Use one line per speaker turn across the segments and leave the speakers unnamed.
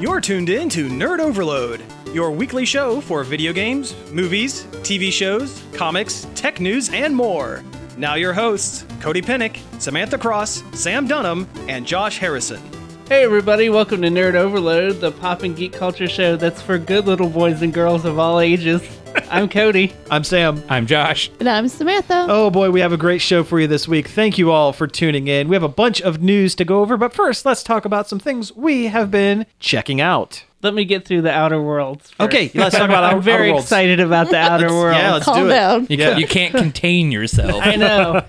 You're tuned in to Nerd Overload, your weekly show for video games, movies, TV shows, comics, tech news, and more. Now, your hosts, Cody Pennick, Samantha Cross, Sam Dunham, and Josh Harrison.
Hey everybody, welcome to Nerd Overload, the pop and geek culture show that's for good little boys and girls of all ages. I'm Cody.
I'm Sam.
I'm Josh.
And I'm Samantha.
Oh boy, we have a great show for you this week. Thank you all for tuning in. We have a bunch of news to go over, but first, let's talk about some things we have been checking out.
Let me get through the Outer Worlds. first.
Okay, let's talk about Outer-
I'm very
Outer Worlds.
excited about the Outer Worlds.
Yeah, let's
Calm
do
down.
it.
You,
Yeah.
you can't contain yourself.
I know.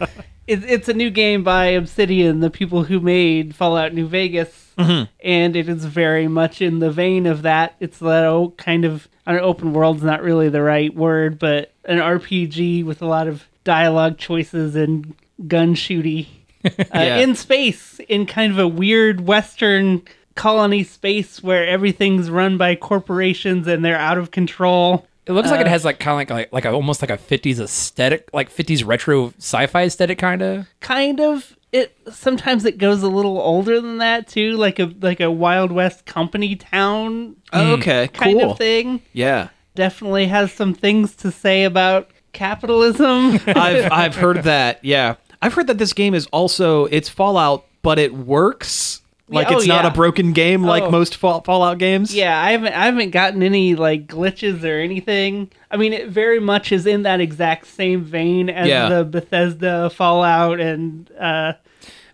It, it's a new game by Obsidian, the people who made Fallout New Vegas, and it is very much in the vein of that. It's that old kind of I don't know, open world's not really the right word, but an RPG with a lot of dialogue choices and gun shooty uh, in space in kind of a weird Western colony space where everything's run by corporations and they're out of control.
It looks like it has like kind of like like a, almost like a '50s aesthetic, like '50s retro sci-fi aesthetic, kind of.
kind of it sometimes it goes a little older than that too like a like a wild west company town
Oh, okay,
kind
cool.
of thing
Yeah.
definitely has some things to say about capitalism
I've I've heard that. Yeah, I've heard that this game is also it's Fallout, but it works. Like
oh,
it's not
yeah.
a broken game like
Oh.
most fall, Fallout games.
yeah i haven't i haven't gotten any like glitches or anything i mean it very much is in that exact same vein as
Yeah.
the bethesda fallout and uh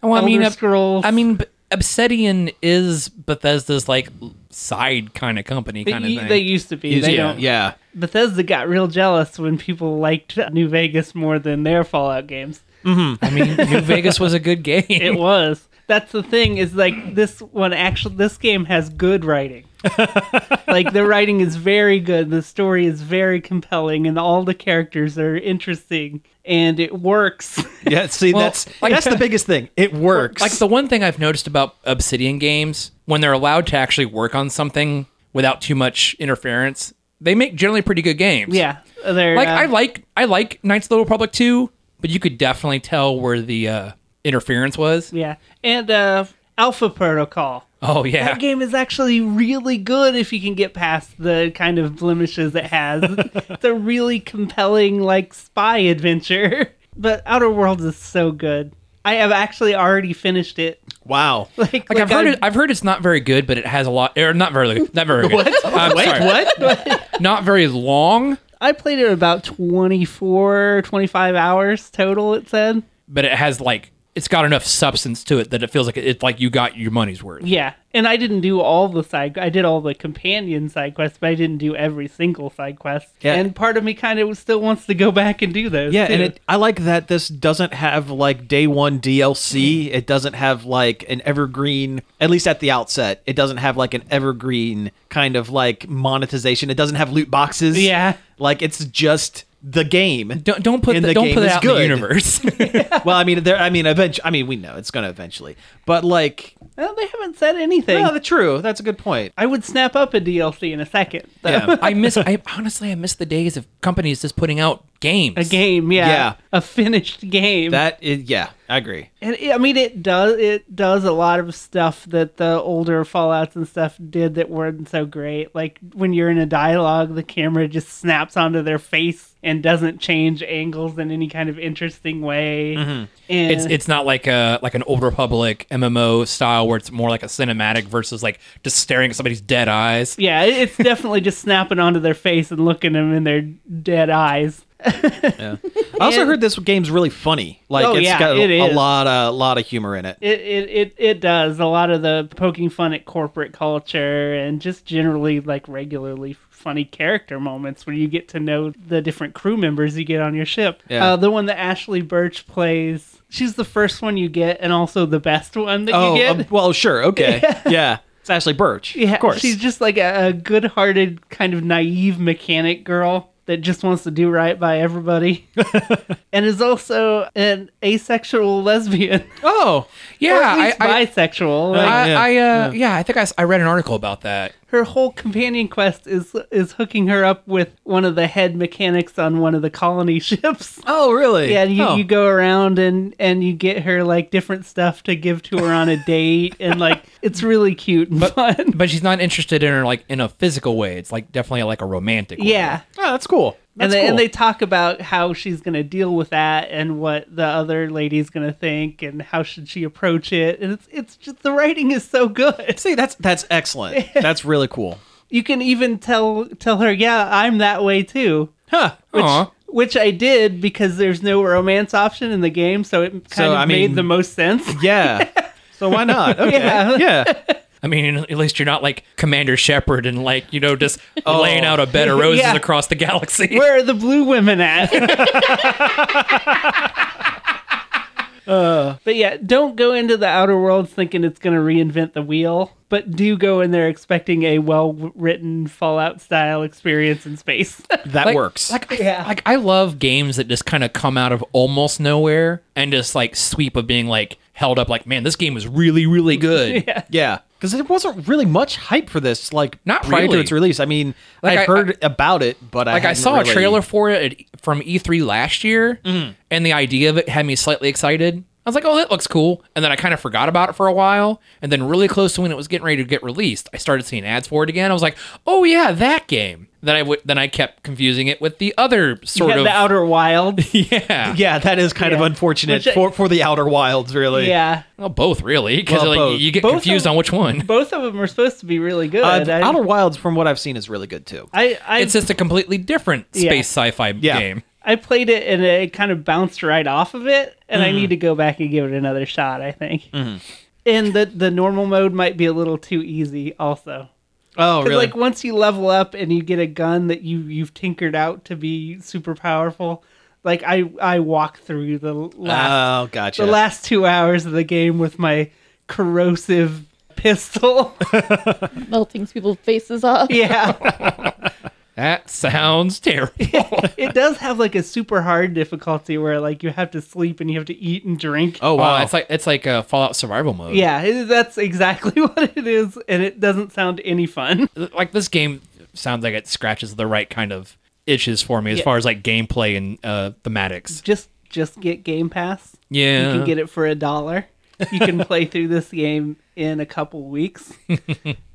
Well, Oh, I mean,
Elder
Ob-
Scrolls.
I mean, B- Obsidian is Bethesda's like side kind of company,
they,
kind of
u-
thing.
they used to be
yeah,
they don't
yeah.
bethesda got real jealous when people liked new vegas more than their fallout games
I mean, New Vegas was a good game.
it was. That's the thing is like this one actually this game has good writing. like the writing is very good, the story is very compelling and all the characters are interesting and it works.
Yeah, See,
Well,
that's
like-
that's the biggest thing. It works.
Like the one thing I've noticed about Obsidian games, when they're allowed to actually work on something without too much interference, they make generally pretty good games.
yeah. They're
Like
uh,
I like I like Knights of the Old Republic too, but you could definitely tell where the uh, interference was.
yeah. And uh Alpha Protocol.
Oh yeah.
That game is actually really good if you can get past the kind of blemishes it has. it's a really compelling like spy adventure. But Outer Worlds is so good. I have actually already finished it.
wow.
Like,
Like, I've heard, it, I've heard it's not very good, but it has a lot. Or not very, not very. Good. I'm
Wait,
sorry.
what?
Not very long,
I played it about 24, 25 hours total, it said.
but it has like it's got enough substance to it that it feels like it's like you got your money's worth.
Yeah. And I didn't do all the side I did all the companion side quests, but I didn't do every single side quest.
Yeah.
And part of me kind of still wants to go back and do those.
Yeah, and
too.
it I like that this doesn't have like day one DLC. It doesn't have like an evergreen, at least at the outset, it doesn't have like an evergreen kind of like monetization. It doesn't have loot boxes.
Yeah.
Like it's just the game.
Don't don't put
And
the,
the
don't
game
put
is
that out in
good.
the universe.
well, I mean there I mean eventually I mean we know it's gonna eventually. But like
Well, they haven't said anything.
no, the true. That's a good point.
I would snap up a DLC in a second. though.
Yeah.
I miss. I honestly, I miss the days of companies just putting out games.
A game, yeah.
Yeah.
A finished game.
that is yeah, I agree.
And it, I mean, it does it does a lot of stuff that the older Fallout's and stuff did that weren't so great. Like when you're in a dialogue, the camera just snaps onto their face and doesn't change angles in any kind of interesting way.
Mm-hmm.
And
It's it's not like a like an old republic MMO style where it's more like a cinematic versus like just staring at somebody's dead eyes.
yeah, it- it's definitely just snapping onto their face and looking them in their dead eyes.
I also
And-
heard this game's really funny. Like
Oh,
it's
yeah,
got
it
a, a
is.
lot a lot of humor in it.
It, it, it, it does a lot of the poking fun at corporate culture and just generally like regularly funny character moments when you get to know the different crew members you get on your ship.
Yeah.
Uh, the one that Ashley Birch plays, she's the first one you get and also the best one that
Oh,
you get.
uh, well, sure. Okay. yeah. It's Ashley Birch.
yeah,
Of course.
she's just like a, a good-hearted kind of naive mechanic girl that just wants to do right by everybody and is also an asexual lesbian
oh,
or
Yeah,
at least
I, I,
bisexual like-
I,
Yeah.
I, uh, yeah, I think I, s- I read an article about that.
her whole companion quest is is hooking her up with one of the head mechanics on one of the colony ships.
Oh, really?
Yeah, and you,
Oh.
you go around and and you get her like different stuff to give to her on a date and like It's really cute and fun.
but she's not interested in her like in a physical way. It's like definitely like a romantic. way.
yeah.
Oh, that's cool. That's
and they,
cool.
and they talk about how she's going to deal with that and what the other lady's going to think and how should she approach it and it's it's just the writing is so good
See, that's that's excellent. that's really cool.
you can even tell tell her yeah i'm that way too
Huh.
Aw.
which i did because there's no romance option in the game so it kind
So,
of
I mean-
made the most sense
Yeah. so why not? Okay.
Yeah.
Yeah.
I mean, at least you're not like Commander Shepard and like you know just laying out a bed of roses
Oh. Yeah.
across the galaxy.
where are the blue women at But yeah, don't go into the Outer Worlds thinking it's going to reinvent the wheel, but do go in there expecting a well written Fallout style experience in space.
That
Like-
works.
Like, I-
Yeah.
like I love games that just kind of come out of almost nowhere and just like sweep of being like held up. Like, man, this game was really, really good.
yeah. Because there wasn't really much hype for this, like
Not
prior to
really.
its release. I mean,
Like,
I
I-
heard about it, but I
Like I
hadn't
saw
really- Mm-hmm.
a trailer for it at, from E3 last year, and the idea of it had me slightly excited. I was like, "Oh, that looks cool," and then I kind of forgot about it for a while, and then really close to when it was getting ready to get released, I started seeing ads for it again. I was like, "Oh yeah, that game." Then I w- then I kept confusing it with the other sort
Yeah,
of
the Outer Wilds.
yeah,
Yeah, that is kind
Yeah.
of unfortunate
Which I-
for for the Outer Wilds, really.
yeah.
Well, both really, because
Well,
like,
both.
you get
Both
confused
of-
on which one.
Both of them are supposed to be really good.
Uh,
I,
Outer Wilds, from what I've seen, is really good too.
I, I,
It's just a completely different
Yeah.
space sci-fi
Yeah.
game.
I played it and it kind of bounced right off of it, and
Mm.
I need to go back and give it another shot, I think.
Mm-hmm.
And the, the normal mode might be a little too easy, also.
Oh,
'Cause,
really?
Like once you level up and you get a gun that you you've tinkered out to be super powerful, like I I walk through the last
oh, gotcha.
the last two hours of the game with my corrosive pistol.
melting people's faces off.
yeah,
That sounds terrible.
it does have like a super hard difficulty where like you have to sleep and you have to eat and drink.
oh, wow.
wow, it's like it's like a Fallout survival mode.
Yeah, it- that's exactly what it is, and it doesn't sound any fun.
like this game sounds like it scratches the right kind of itches for me as far as like gameplay and uh, thematics.
Just just get Game Pass.
Yeah,
Uh-huh.
You can get it for a dollar. You can play through this game in a couple weeks.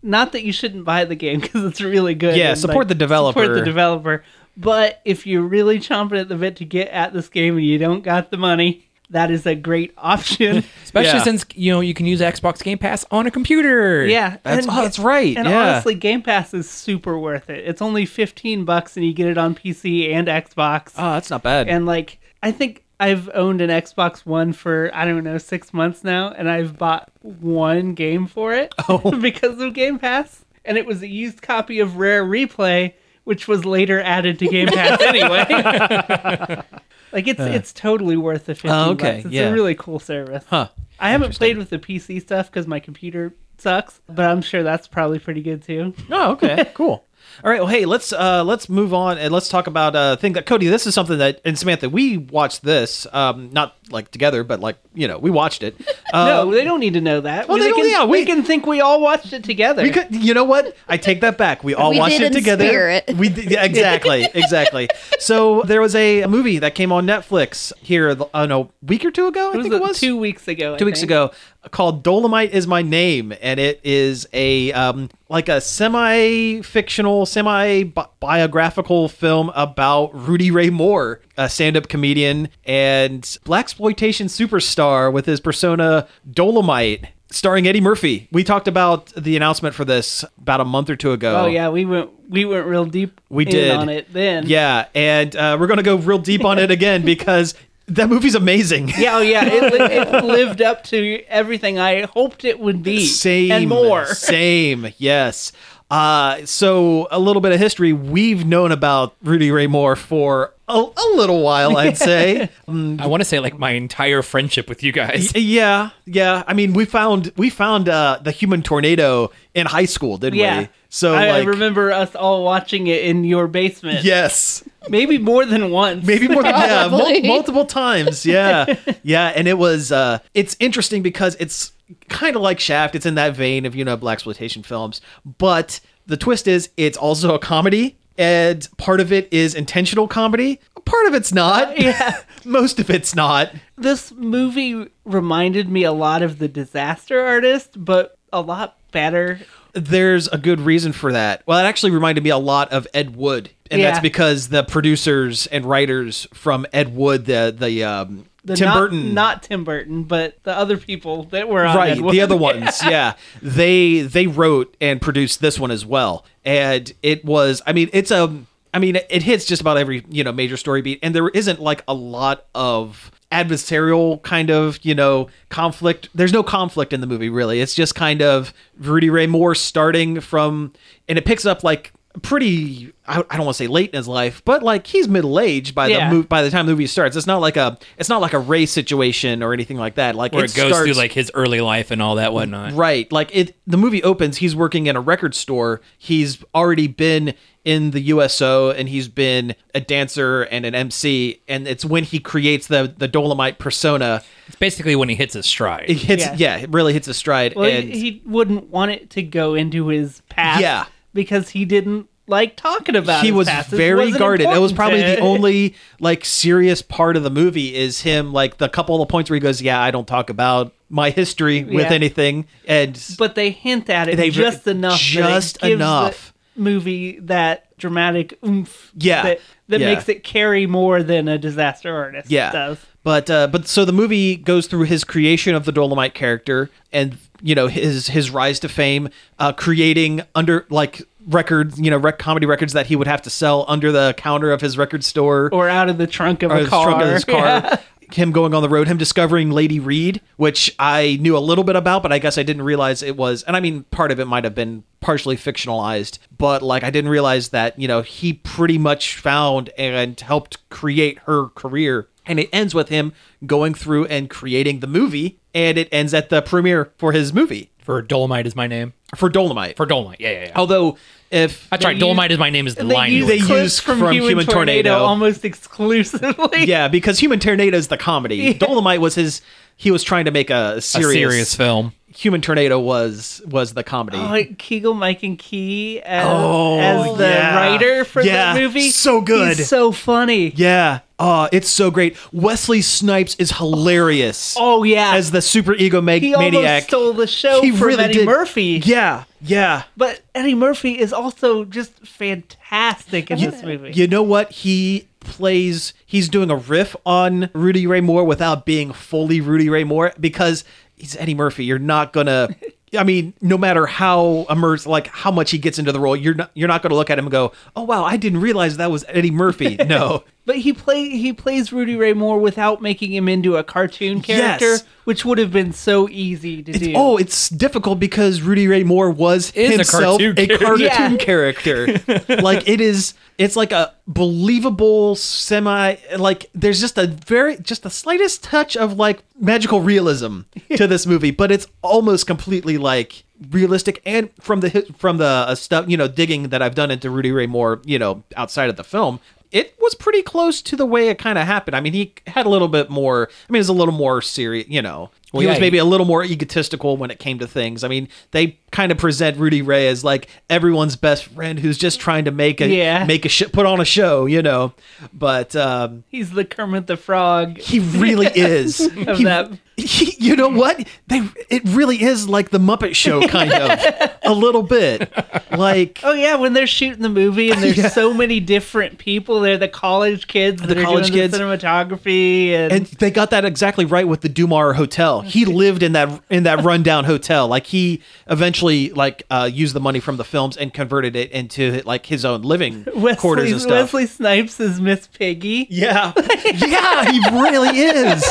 Not that you shouldn't buy the game because it's really good.
Yeah,
and,
support the
Support
developer.
the developer. But if you're really chomping at the bit to get at this game and you don't got the money, that is a great option.
especially
Yeah.
since you know you can use Xbox Game Pass on a computer.
yeah,
That's-
and-
oh, that's right,
And
yeah.
honestly, Game Pass is super worth it. It's only fifteen bucks, and you get it on PC and Xbox.
oh, that's not bad.
and like I think I've owned an Xbox One for I don't know six months now, and I've bought one game for it
Oh.
because of Game Pass, and it was a used copy of Rare Replay, which was later added to Game Pass anyway. like it's it's totally worth the fifteen
Oh, okay,
bucks. It's
yeah.
a really cool service.
huh.
I haven't played with the PC stuff because my computer sucks, but I'm sure that's probably pretty good too.
Oh, okay, cool. All right, well, hey, let's uh, let's move on and let's talk about uh, thing that Cody. This is something that and Samantha we watched this, um, not like together, but like you know we watched it. Uh,
no, they don't need to know that.
well, they don't-
can,
yeah, we-
they can think we all watched it together.
We could, you know what? I take that back. We all
We
watched
did
it
in
together.
spirit.
We did, yeah, exactly, exactly. So there was a movie that came on Netflix here, I don't know, week or two ago. I think it
a-
was
two weeks ago. I
two weeks
think.
ago called Dolomite is my name, and it is a um, like a semi fictional, semi biographical film about Rudy Ray Moore, a stand up comedian and black exploitation superstar with his persona Dolomite. Starring Eddie Murphy. We talked about the announcement for this about a month or two ago.
Oh yeah, we went we went real deep.
We
in
did
on it then.
Yeah, and uh, we're gonna go real deep on it again because that movie's amazing.
yeah, oh yeah. It, li- it lived up to everything I hoped it would be,
Same
and more.
Same, yes. Uh, so a little bit of history. We've known about Rudy Ray Moore for a, a little while, I'd say.
I want to say like my entire friendship with you guys.
yeah, yeah. I mean, we found we found uh, the Human Tornado in high school, didn't
Yeah.
we? So
I, I
like,
remember us all watching it in your basement.
yes,
maybe more than once.
maybe more than yeah, mul-
Probably.
multiple times. Yeah, yeah. And it was uh, it's interesting because it's kind of like Shaft. It's in that vein of you know black exploitation films, but the twist is it's also a comedy. And part of it is intentional comedy. Part of it's not.
yeah.
Most of it's not.
this movie reminded me a lot of the disaster artist, but a lot better.
There's a good reason for that. Well, it actually reminded me a lot of Ed Wood, and that's
Yeah.
because the producers and writers from Ed Wood, the the um,
The
Tim
not,
Burton,
not Tim Burton, but the other people that were on
right
Ed Wood.
the other ones yeah. they they wrote and produced this one as well and it was i mean it's a i mean it hits just about every you know major story beat and there isn't like a lot of adversarial kind of you know conflict there's no conflict in the movie really it's just kind of rudy ray moore starting from and it picks up like pretty i, I don't want to say late in his life but like he's middle-aged by
Yeah.
the move by the time the movie starts it's not like a it's not like a race situation or anything like that like
where it, goes through
starts-
like his early life and all that whatnot.
Right. Like it the movie opens, he's working in a record store. He's already been in the USO and he's been a dancer and an MC and it's when he creates the the Dolomite persona.
It's basically when he hits his stride.
It hits
Yeah.
yeah, it really hits a stride
Well,
and
he, he wouldn't want it to go into his past.
Yeah.
Because he didn't like talking about.
he
his
was
past. It
very
wasn't
guarded. That was probably
important
the
to-
only like serious part of the movie is him like the couple of points where he goes, "Yeah, I don't talk about my history with
Yeah.
anything." And
But they hint at it
They ver-
just enough. that it
just
gives the
enough.
movie that dramatic oomph.
Yeah.
That, that
Yeah.
makes it carry more than a disaster artist
yeah.
does.
But uh, but so the movie goes through his creation of the Dolomite character and you know his his rise to fame, uh, creating under like records you know rec- comedy records that he would have to sell under the counter of his record store
Or out of the trunk of
or
a
his
car.
trunk of his car.
Yeah.
Him going on the road, him discovering Lady Reed, which I knew a little bit about, but I guess I didn't realize it was. And I mean, part of it might have been partially fictionalized, but like I didn't realize that, you know, he pretty much found and helped create her career. And it ends with him going through and creating the movie, and it ends at the premiere for his movie,
For Dolomite is my name.
for Dolomite.
For Dolomite, yeah, yeah, yeah.
Although, if
That's right.
use-
Dolomite is my name is the
And they
line.
use
noise.
They
clips
use
from,
from
Human,
Human
Tornado,
Tornado.
almost exclusively.
yeah, because Human Tornado is the comedy. Dolomite was his. He was trying to make a
a
serious,
serious, film.
Human Tornado was was the comedy.
Oh, like Kegel, Mike, and Key as,
Oh,
as the
yeah.
writer for
Yeah,
the movie.
so good.
He's so funny.
yeah. Oh, it's so great. Wesley Snipes is hilarious.
Oh yeah.
As the super ego ma-
he
maniac.
almost stole the show
He
from
really
Eddie
did.
Murphy.
Yeah. Yeah.
But Eddie Murphy is also just fantastic in this movie.
You know what? He plays he's doing a riff on Rudy Ray Moore without being fully Rudy Ray Moore because he's Eddie Murphy. You're not gonna I mean, no matter how immersed like how much he gets into the role, you're not you're not gonna look at him and go, Oh wow, I didn't realize that was Eddie Murphy. No.
But he play he plays Rudy Ray Moore without making him into a cartoon character,
Yes.
which would have been so easy to
It's-
do.
oh, it's difficult because Rudy Ray Moore was
Is a
himself
cartoon
a
character.
cartoon
Yeah.
character. like it is, it's like a believable semi. Like there's just a very, just the slightest touch of like magical realism to this movie, but it's almost completely like realistic. And from the hi- from the uh, stuff you know digging that I've done into Rudy Ray Moore, you know, outside of the film. It was pretty close to the way it kind of happened. I mean, he had a little bit more. I mean, it was a little more serious, you know. he
yeah,
was
he-
maybe a little more egotistical when it came to things. I mean, they kind of present Rudy Ray as like everyone's best friend who's just trying to make a
Yeah.
make a sh- put on a show, you know. But um,
He's the Kermit the Frog.
he really is.
Of
He-
that.
he- you know what? They it really is like the Muppet Show kind of a little bit. Like
Oh yeah, when they're shooting the movie and there's so many different people there, the college kids, the
college
college kids,
kids.
cinematography, and,
and they got that exactly right with the Dumar Hotel. He
Mm-hmm.
lived in that in that rundown hotel. Like he eventually like uh, used the money from the films and converted it into like his own living
Wesley,
quarters and stuff.
Wesley Snipes is Miss Piggy.
Yeah, yeah, he really is.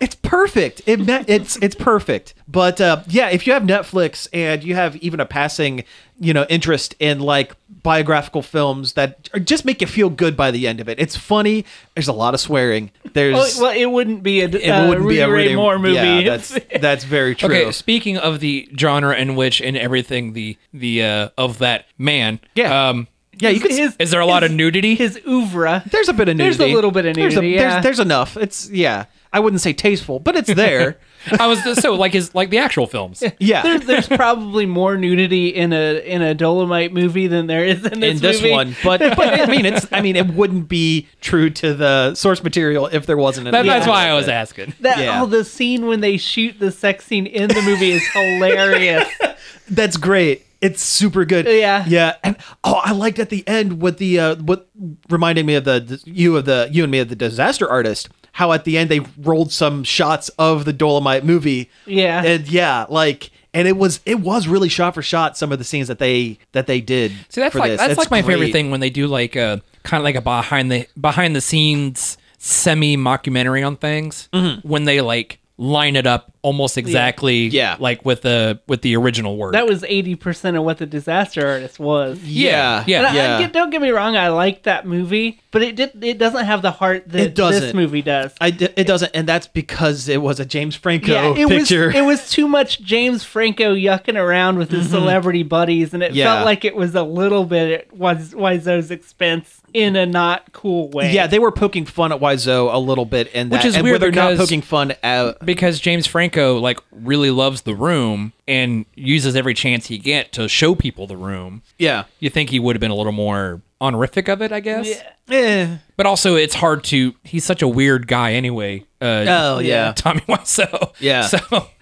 It's perfect. It ma- it's it's perfect. But uh, yeah, if you have Netflix and you have even a passing, you know, interest in like biographical films that are- just make you feel good by the end of it. It's funny. There's a lot of swearing. There's
Oh, well, it wouldn't be a,
it
uh,
wouldn't
Rudy
be a
Ray
really-
Moore movie.
Yeah,
if-
that's that's very true.
Okay, speaking of the genre in which and everything the the uh of that man.
Yeah.
Um
yeah, you could.
his-
is there a lot of nudity?
his oeuvre.
there's a bit of nudity.
There's a little bit of
There's a-
nudity,
There's,
yeah.
there's enough. It's yeah. I wouldn't say tasteful, but it's there.
I was just, so like his like the actual films.
yeah.
There, there's probably more nudity in a in a Dolomite movie than there is in this,
in this
movie.
one, but but I mean it's I mean it wouldn't be true to the source material if there wasn't. an
That, That's
example
why I
of
was
it.
asking.
That
Yeah.
oh, the scene when they shoot the sex scene in the movie is hilarious.
That's great. It's super good.
Yeah.
yeah. And oh, I liked at the end with the uh, what reminded me of the, the- you of the you and me of the disaster artist. How at the end they rolled some shots of the Dolomite movie.
Yeah.
and yeah, like. And it was it was really shot for shot some of the scenes that they that they did.
See, that's
for
like
this.
that's, like my favorite
great.
thing when they do like a kind of like a behind the behind the scenes semi mockumentary on things
Mm-hmm.
when they like line it up almost exactly
Yeah.
like with the with the original word.
that was eighty percent of what the disaster artist was.
Yeah,
Yeah.
And I- I
yeah.
get- don't get me wrong, I like that movie, but it did it doesn't have the heart that
It doesn't.
this movie does.
I d- it doesn't, and that's because it was a James Franco
it
picture.
was it was too much James Franco yucking around with his celebrity buddies, and it
Mm-hmm. Yeah.
felt like it was a little bit at Wais- Wiseau's expense in a not cool way.
yeah, they were poking fun at Wiseau a little bit, and
Which
that,
is
and
weird
Whether or not
because-
poking fun at
because James Franco like really loves the room and uses every chance he get to show people the room.
yeah,
You think he would have been a little more honorific of it, I guess.
Yeah.
eh,
But also, it's hard to. He's such a weird guy anyway. Uh,
Oh, yeah.
Tommy Wiseau.
Yeah.
So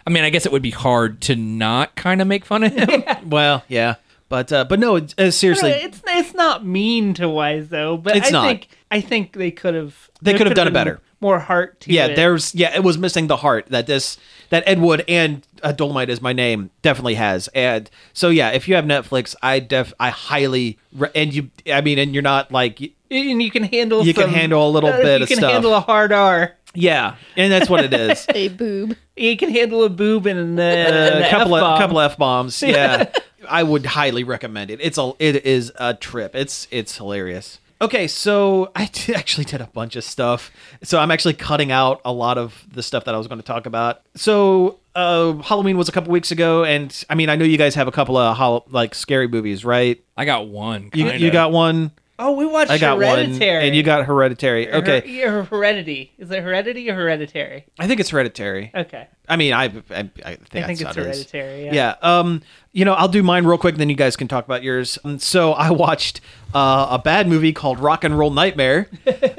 I mean, I guess it would be hard to not kind of make fun of him.
well, yeah, but uh, but no, it- uh,
No,
seriously,
it's it's not mean to Wiseau, but
It's
I
not.
think I think they could have
They
there
could have done it
been
better.
more heart to
yeah,
it.
there's yeah, it was missing the heart that this that Ed Wood and uh, Dolomite is my name definitely has, and so yeah, if you have Netflix, I def I highly re- and you, I mean, and you're not like
and you can handle
You can
some-
handle a little
uh,
bit
you
of
can
stuff.
handle a hard R.
yeah, and that's what it is.
a boob.
You can handle a boob and uh, and
a
a
couple
F-bomb.
of couple f bombs. Yeah, I would highly recommend it. It's a it is a trip. It's it's hilarious. Okay, so I did- actually did a bunch of stuff. So I'm actually cutting out a lot of the stuff that I was going to talk about. So uh, Halloween was a couple weeks ago, and I mean I know you guys have a couple of hol- like scary movies, right?
I got one.
You
kinda.
you got one.
Oh, we watched
I got
Hereditary,
one, and you got Hereditary.
Her-
Okay,
yeah, Heredity. Is it Heredity or Hereditary?
I think it's Hereditary.
Okay.
I mean, I I, I think, I
I think it's hereditary. Yeah.
yeah. Um, you know, I'll do mine real quick, then you guys can talk about yours. Um, so I watched uh, a bad movie called Rock and Roll Nightmare.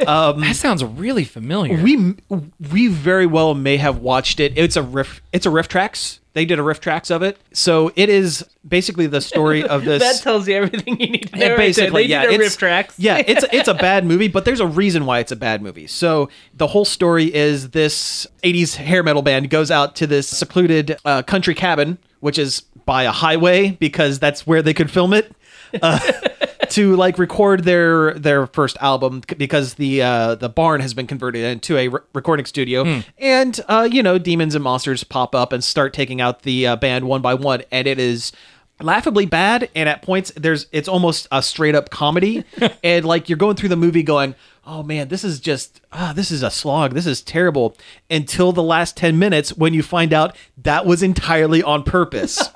Um,
That sounds really familiar.
we we very well may have watched it. It's a riff. It's a riff tracks. They did a riff tracks of it. So it is basically the story of this.
That tells you everything you need to know.
Yeah,
right
basically, yeah,
there. They did a
it's-
riff tracks.
yeah, it's it's a bad movie, but there's a reason why it's a bad movie. So the whole story is this 80s hair metal band goes out to this secluded uh, country cabin, which is by a highway because that's where they could film it. Uh, to like record their their first album c- because the uh, the barn has been converted into a re- recording studio
Hmm.
and uh, you know demons and monsters pop up and start taking out the uh, band one by one and it is laughably bad and at points there's it's almost a straight up comedy and like you're going through the movie going oh man this is just ah this is a slog this is terrible until the last 10 minutes when you find out that was entirely on purpose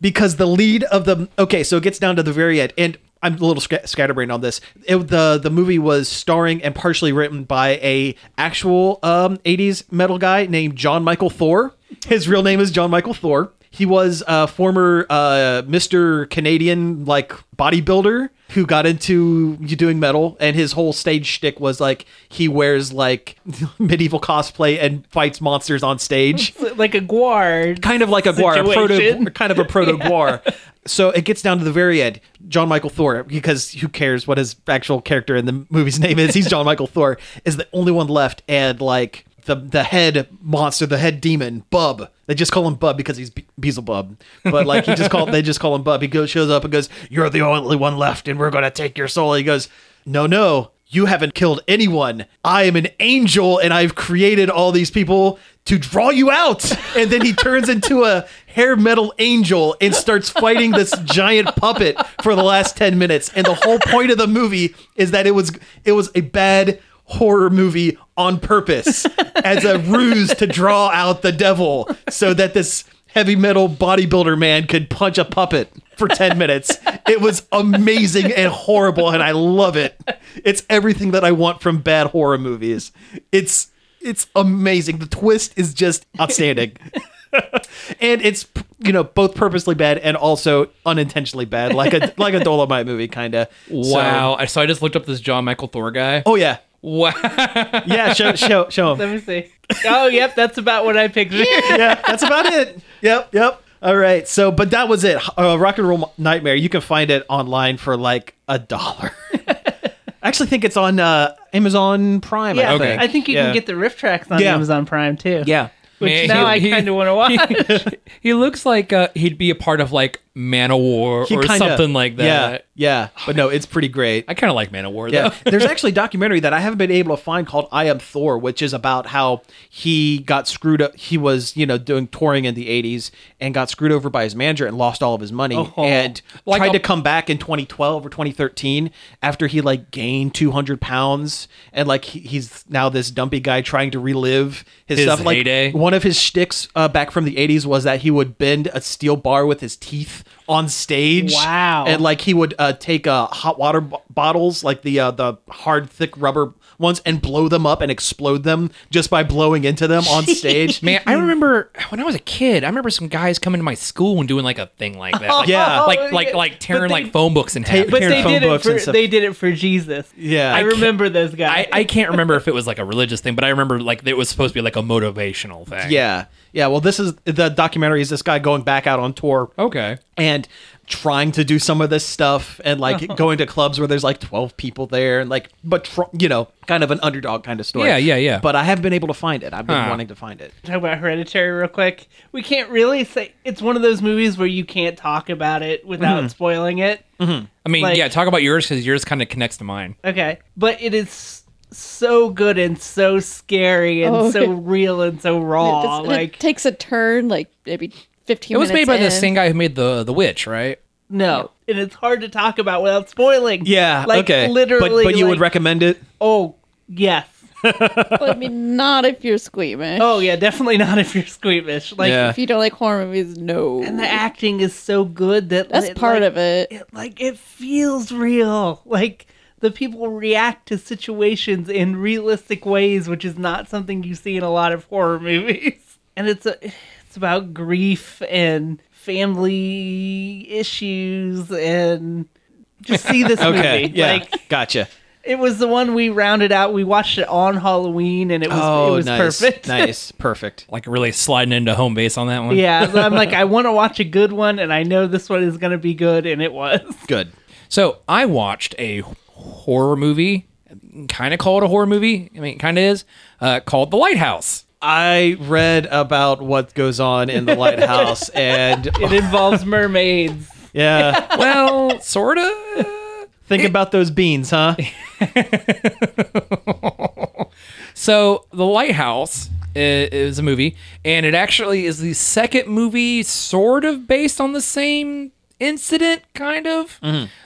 because the lead of the okay, so it gets down to the very end, and I'm a little sc- scatterbrained on this. It, the The movie was starring and partially written by a actual um, '80s metal guy named John Michael Thor. His real name is John Michael Thor. He was a former uh, Mr. Canadian like bodybuilder who got into doing metal, and his whole stage shtick was like he wears like medieval cosplay and fights monsters on stage
It's like a guard.
kind of like a guar, a
Situation.
proto, kind of a proto guar. So it gets down to the very end. John Michael Thor, because who cares what his actual character in the movie's name is? He's John Michael Thor, is the only one left, and like the the head monster, the head demon, Bub. They just call him Bub because he's Be- Beelzebub, but like he just called they just call him Bub. He goes shows up and goes, "You're the only one left, and we're gonna take your soul." He goes, "No, no." You haven't killed anyone. I am an angel and I've created all these people to draw you out. And then he turns into a hair metal angel and starts fighting this giant puppet for the last 10 minutes. And the whole point of the movie is that it was it was a bad horror movie on purpose as a ruse to draw out the devil so that this heavy metal bodybuilder man could punch a puppet for 10 minutes. It was amazing and horrible and I love it. It's everything that I want from bad horror movies. It's it's amazing. The twist is just outstanding. and it's you know both purposely bad and also unintentionally bad, like a like a Dolomite movie kind of.
Wow. I so I just looked up this John Michael Thor guy.
oh yeah.
Wow.
Yeah, show show show 'em.
Let me see. Oh, yep, that's about what I pictured.
yeah, that's about it. Yep, yep. All right. So, but that was it. Uh, Rock and Roll Nightmare. You can find it online for like a dollar. I actually think it's on uh, Amazon Prime.
Yeah,
I think.
I think you
Yeah.
can get the riff tracks on
Yeah.
Amazon Prime too.
Yeah.
which
Man,
now
he-
I kind of want to watch.
He looks like uh, he'd be a part of like Man of War
He
or
kinda-
something like that.
Yeah, yeah. But no, it's pretty great.
I kind of like Man of War
Yeah,
though.
there's actually a documentary that I haven't been able to find called "I Am Thor," which is about how he got screwed up. He was, you know, doing touring in the '80s and got screwed over by his manager and lost all of his money, and
Oh, Like
tried
a-
to come back in 2012 or 2013 after he like gained 200 pounds and like he, he's now this dumpy guy trying to relive his,
His
stuff. Like
heyday.
one of his shticks uh, back from the '80s was that he would bend a steel bar with his teeth on stage.
Wow.
And like he would uh, take uh, hot water b- bottles, like the uh, the hard, thick rubber ones, and blow them up and explode them just by blowing into them on stage.
Man, I remember when I was a kid. I remember some guys coming to my school and doing like a thing like that. Like,
Yeah.
like like like tearing
But they-
like phone books in half.
but
Tearing
they
phone
did it
books and
for
stuff.
they did it for Jesus.
Yeah.
I
I
remember those guys.
I, I can't remember if it was like a religious thing, but I remember like it was supposed to be like a motivational thing.
yeah, yeah. Well, this is the documentary. Is this guy going back out on tour?
Okay.
and trying to do some of this stuff and like going to clubs where there's like 12 people there and like but tr- you know kind of an underdog kind of story
Yeah, yeah, yeah.
but i have been able to find it i've been
Huh.
wanting to find it
talk about Hereditary real quick. We can't really say it's one of those movies where you can't talk about it without
Mm-hmm.
spoiling it.
I mean,
Like-
yeah, talk about yours because yours kind of connects to mine.
Okay, but it is so good and so scary and
Oh,
so
okay.
real and so raw.
it,
like
takes a turn, like maybe fifteen.
It was made
minutes
by the
in.
same guy who made the the witch, right?
no, and it's hard to talk about without spoiling.
yeah
like
okay
literally.
but, but you would
like,
recommend it
Oh yes.
Well, I mean, not if you're squeamish.
Oh yeah, definitely not if you're squeamish. Like
Yeah.
If you don't like horror movies, no.
and the acting is so good that
That's
it,
part
like,
of it.
it like it feels real like the people react to situations in realistic ways which is not something you see in a lot of horror movies and it's a, it's about grief and family issues and just see this
okay
movie
yeah
like
gotcha
it was the one we rounded out we watched it on halloween and it was
oh
it was
nice
perfect
nice perfect
Like really sliding into home base on that one.
yeah so i'm like i want to watch a good one and i know this one is going to be good and it was
good
So I watched a horror movie, kind of call it a horror movie. I mean, kind of is uh, called The Lighthouse.
i read about what goes on in the lighthouse and
it involves mermaids
yeah
Well, sorta.
think about those beans huh
So The Lighthouse i- is a movie, and it actually is the second movie, sort of based on the same incident, kind of.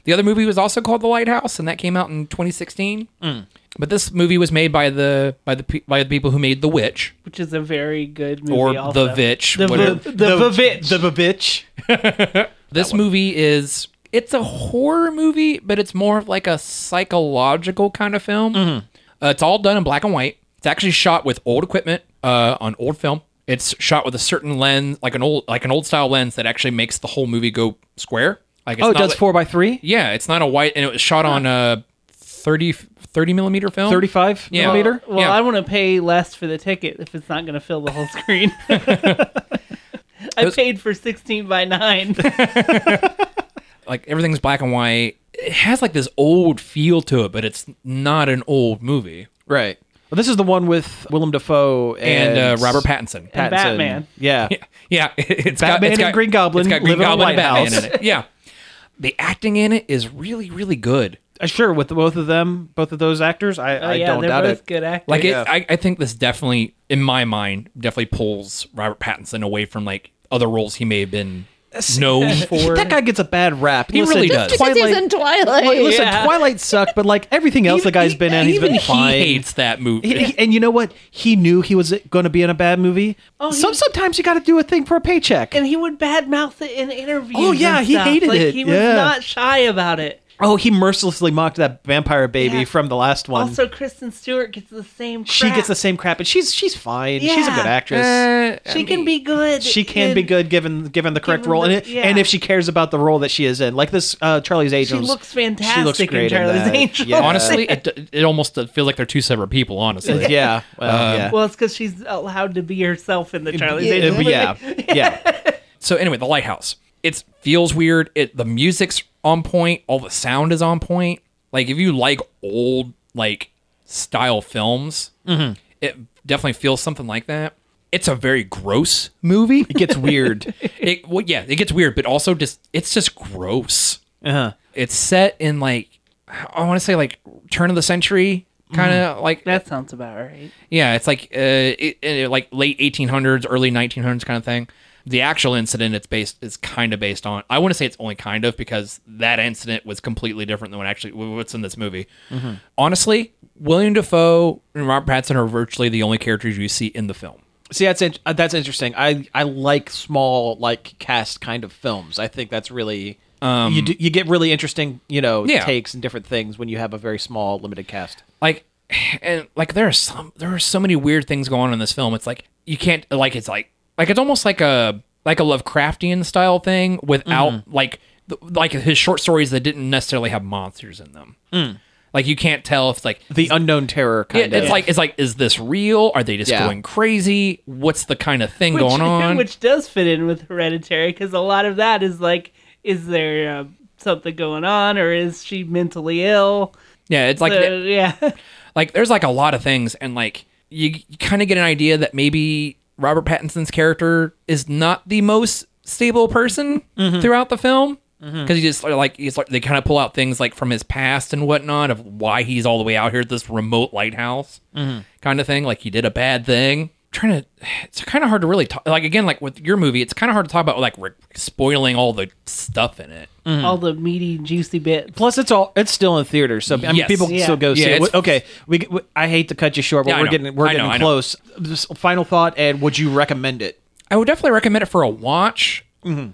The other movie was also called The Lighthouse, and that came out in 2016. But this movie was made by the by the pe- by the people who made The Witch.
which is a very good movie.
or
also.
the Vitch.
The,
whatever.
v- the, Vavitch.
the vavitch
this movie is it's a horror movie, but it's more of like a psychological kind of film.
Mm-hmm.
Uh, it's all done in black and white. It's actually shot with old equipment uh, on old film. It's shot with a certain lens, like an old like an old style lens that actually makes the whole movie go square. Like it's
oh it
not
does
like-
four by three
Yeah, it's not a white, and it was shot on a 30, 30 millimeter film.
35
Yeah.
millimeter
Well,
Yeah.
I want to pay less for the ticket if it's not going to fill the whole screen. I
Those-
paid for 16 by 9.
like everything's black and white. It has like this old feel to it, but it's not an old movie.
Right. Well, this is the one with Willem Dafoe and,
And uh, Robert Pattinson.
And Batman.
Yeah.
Yeah,
Batman
it's got, it's
and
got,
Green Goblin
It's
live
got Green
in a
Goblin and
White
Batman
House.
in it. Yeah, the acting in it is really, really good.
Uh, Sure, with the, both of them, both of those actors, I,
Oh,
I
yeah,
don't
they're
doubt
both
it.
good actors.
Like,
Yeah.
it, I, I think this definitely, in my mind, definitely pulls Robert Pattinson away from like other roles he may have been known for.
That guy gets a bad rap. He
really does.
Just because he's in Twilight.
listen,
Yeah.
Twilight sucked, but like everything else the guy's been in, he's
even
been
he
fine.
hates that movie.
He- he- and you know what? He knew he was going to be in a bad movie.
Oh,
Some, sometimes you got to do a thing for a paycheck.
and he would badmouth it in interviews.
Oh, yeah,
and
he
stuff.
hated
Like,
it.
He was
Yeah.
not shy about it.
Oh, he mercilessly mocked that vampire baby
Yeah.
from the last one.
Also, Kristen Stewart gets the same. Crap.
she gets the same crap, and she's she's fine. She's a
Yeah. Uh,
good actress.
Eh, I
She can
mean,
be good.
she can
in-
be good given given the correct
given
role,
the-
and, it,
yeah.
and if she cares about the role that she is in, like this uh, Charlie's
She
Angels.
looks fantastic in Charlie's
that.
Angels.
Yeah.
Honestly, it, it almost feels like they're two separate people. Honestly,
uh, yeah. Well, yeah.
Well, it's because she's allowed to be herself in the Charlie's
It-
Angels.
yeah, yeah.
So anyway, the lighthouse. It feels weird. It the music's on point. All the sound is on point. Like if you like old like style films,
Mm-hmm.
it definitely feels something like that. It's a very gross movie.
It gets weird.
it well, yeah, it gets weird, but also just it's just gross.
Uh-huh.
It's set in like I want to say like turn of the century kind
Mm-hmm.
of like
That sounds about right.
yeah, it's like uh, it, it- like late 1800s, early 1900s kind of thing. The actual incident it's based is kind of based on. I want to say it's only kind of because that incident was completely different than what actually what's in this movie. Honestly, William Defoe and Robert Pattinson are virtually the only characters you see in the film.
See, that's in- uh, that's interesting. I I like small like cast kind of films. I think that's really you do, you get really interesting you know
Um, Yeah.
takes and different things when you have a very small limited cast.
like and like there are some there are so many weird things going on in this film it's like you can't like it's like like it's almost like a like a lovecraftian style thing without
Mm-hmm.
like th- like his short stories that didn't necessarily have monsters in them like you can't tell if it's like
Mm. The unknown terror
yeah,
kind of.
it's like it's like is this real are they just
Yeah.
going crazy what's the kind of thing going on
which does fit in with hereditary because a lot of that is like, is there uh, something going on or is she mentally ill?
yeah it's like
So, yeah,
like there's like a lot of things and like you, you kind of get an idea that maybe robert pattinson's character is not the most stable person throughout the film because he just sort of, like he's like they kind of pull out things like from his past and whatnot of why he's all the way out here at this remote lighthouse kind of thing like he did a bad thing trying to it's kind of hard to really talk like again like with your movie it's kind of hard to talk about like re- spoiling all the stuff in it
all the meaty, juicy bits.
Plus, it's all it's still in theaters, so I mean,
Yes.
people can
Yeah.
still go see
Yeah,
it.
it's-
Okay, we, we- I hate to cut you short, but
Yeah, I
we're
know.
getting we're
I know,
getting
I know.
close. Just final thought, and would you recommend it?
I would definitely recommend it for a watch,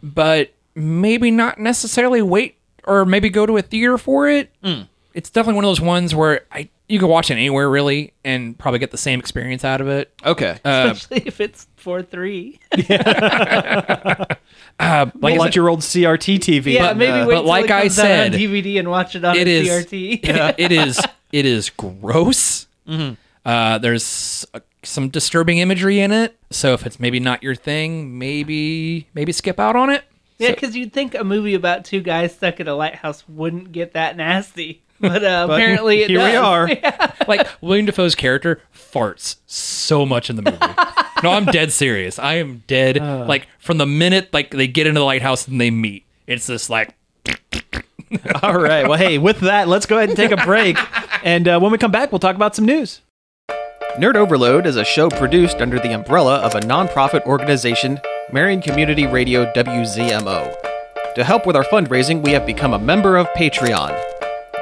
but maybe not necessarily wait or maybe go to a theater for it. It's definitely one of those ones where I you can watch it anywhere really and probably get the same experience out of it.
Okay,
Uh,
Uh,
Especially if it's 4 3.
Like I
watch
said,
your old CRT TV.
Yeah,
and,
maybe
uh,
wait
but
till
like
it
I
comes out
said,
on DVD and watch it on
it
a
is-
CRT.
it is it is gross. Uh, there's uh some disturbing imagery in it, so if it's maybe not your thing, maybe maybe skip out on it.
Yeah, because you'd think a movie about two guys stuck in a lighthouse wouldn't get that nasty, but, uh,
but
apparently it
here
does.
we are.
like William Defoe's character farts so much in the movie. no, I'm dead serious. I am dead.
Uh.
like from the minute like they get into the lighthouse and they meet, it's just like
All right. Well, hey, with that, let's go ahead and take a break. And uh, when we come back, we'll talk about some news. Nerd Overload is a show produced under the umbrella of a nonprofit organization, Marion Community Radio WZMO. To help with our fundraising, we have become a member of Patreon.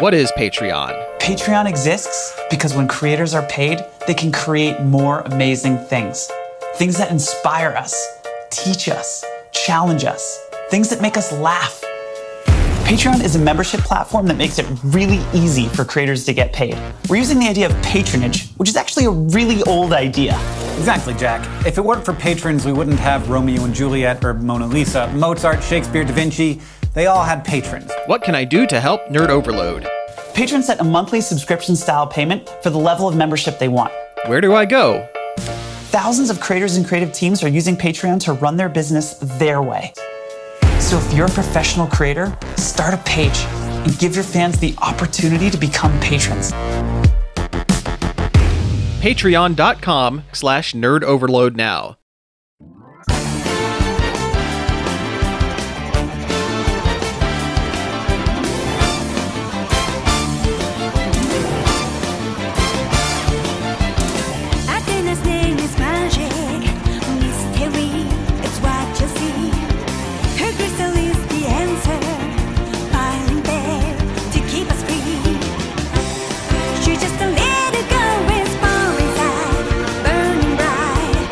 What is Patreon?
Patreon exists because when creators are paid, they can create more amazing things. Things that inspire us, teach us, challenge us, things that make us laugh. Patreon is a membership platform that makes it really easy for creators to get paid. We're using the idea of patronage, which is actually a really old idea.
Exactly, Jack. If it weren't for patrons, we wouldn't have Romeo and Juliet or Mona Lisa, Mozart, Shakespeare, Da Vinci. They all had patrons.
What can I do to help Nerd Overload?
Patrons set a monthly subscription style payment for the level of membership they want.
Where do I go?
Thousands of creators and creative teams are using Patreon to run their business their way. So if you're a professional creator, start a page and give your fans the opportunity to become patrons.
Patreon.com slash Nerd Overload now.
Athena's name is magic, mystery, it's what you see. Her crystal is the answer, filing there to keep us free. She's just a little girl with fire inside, burning bright.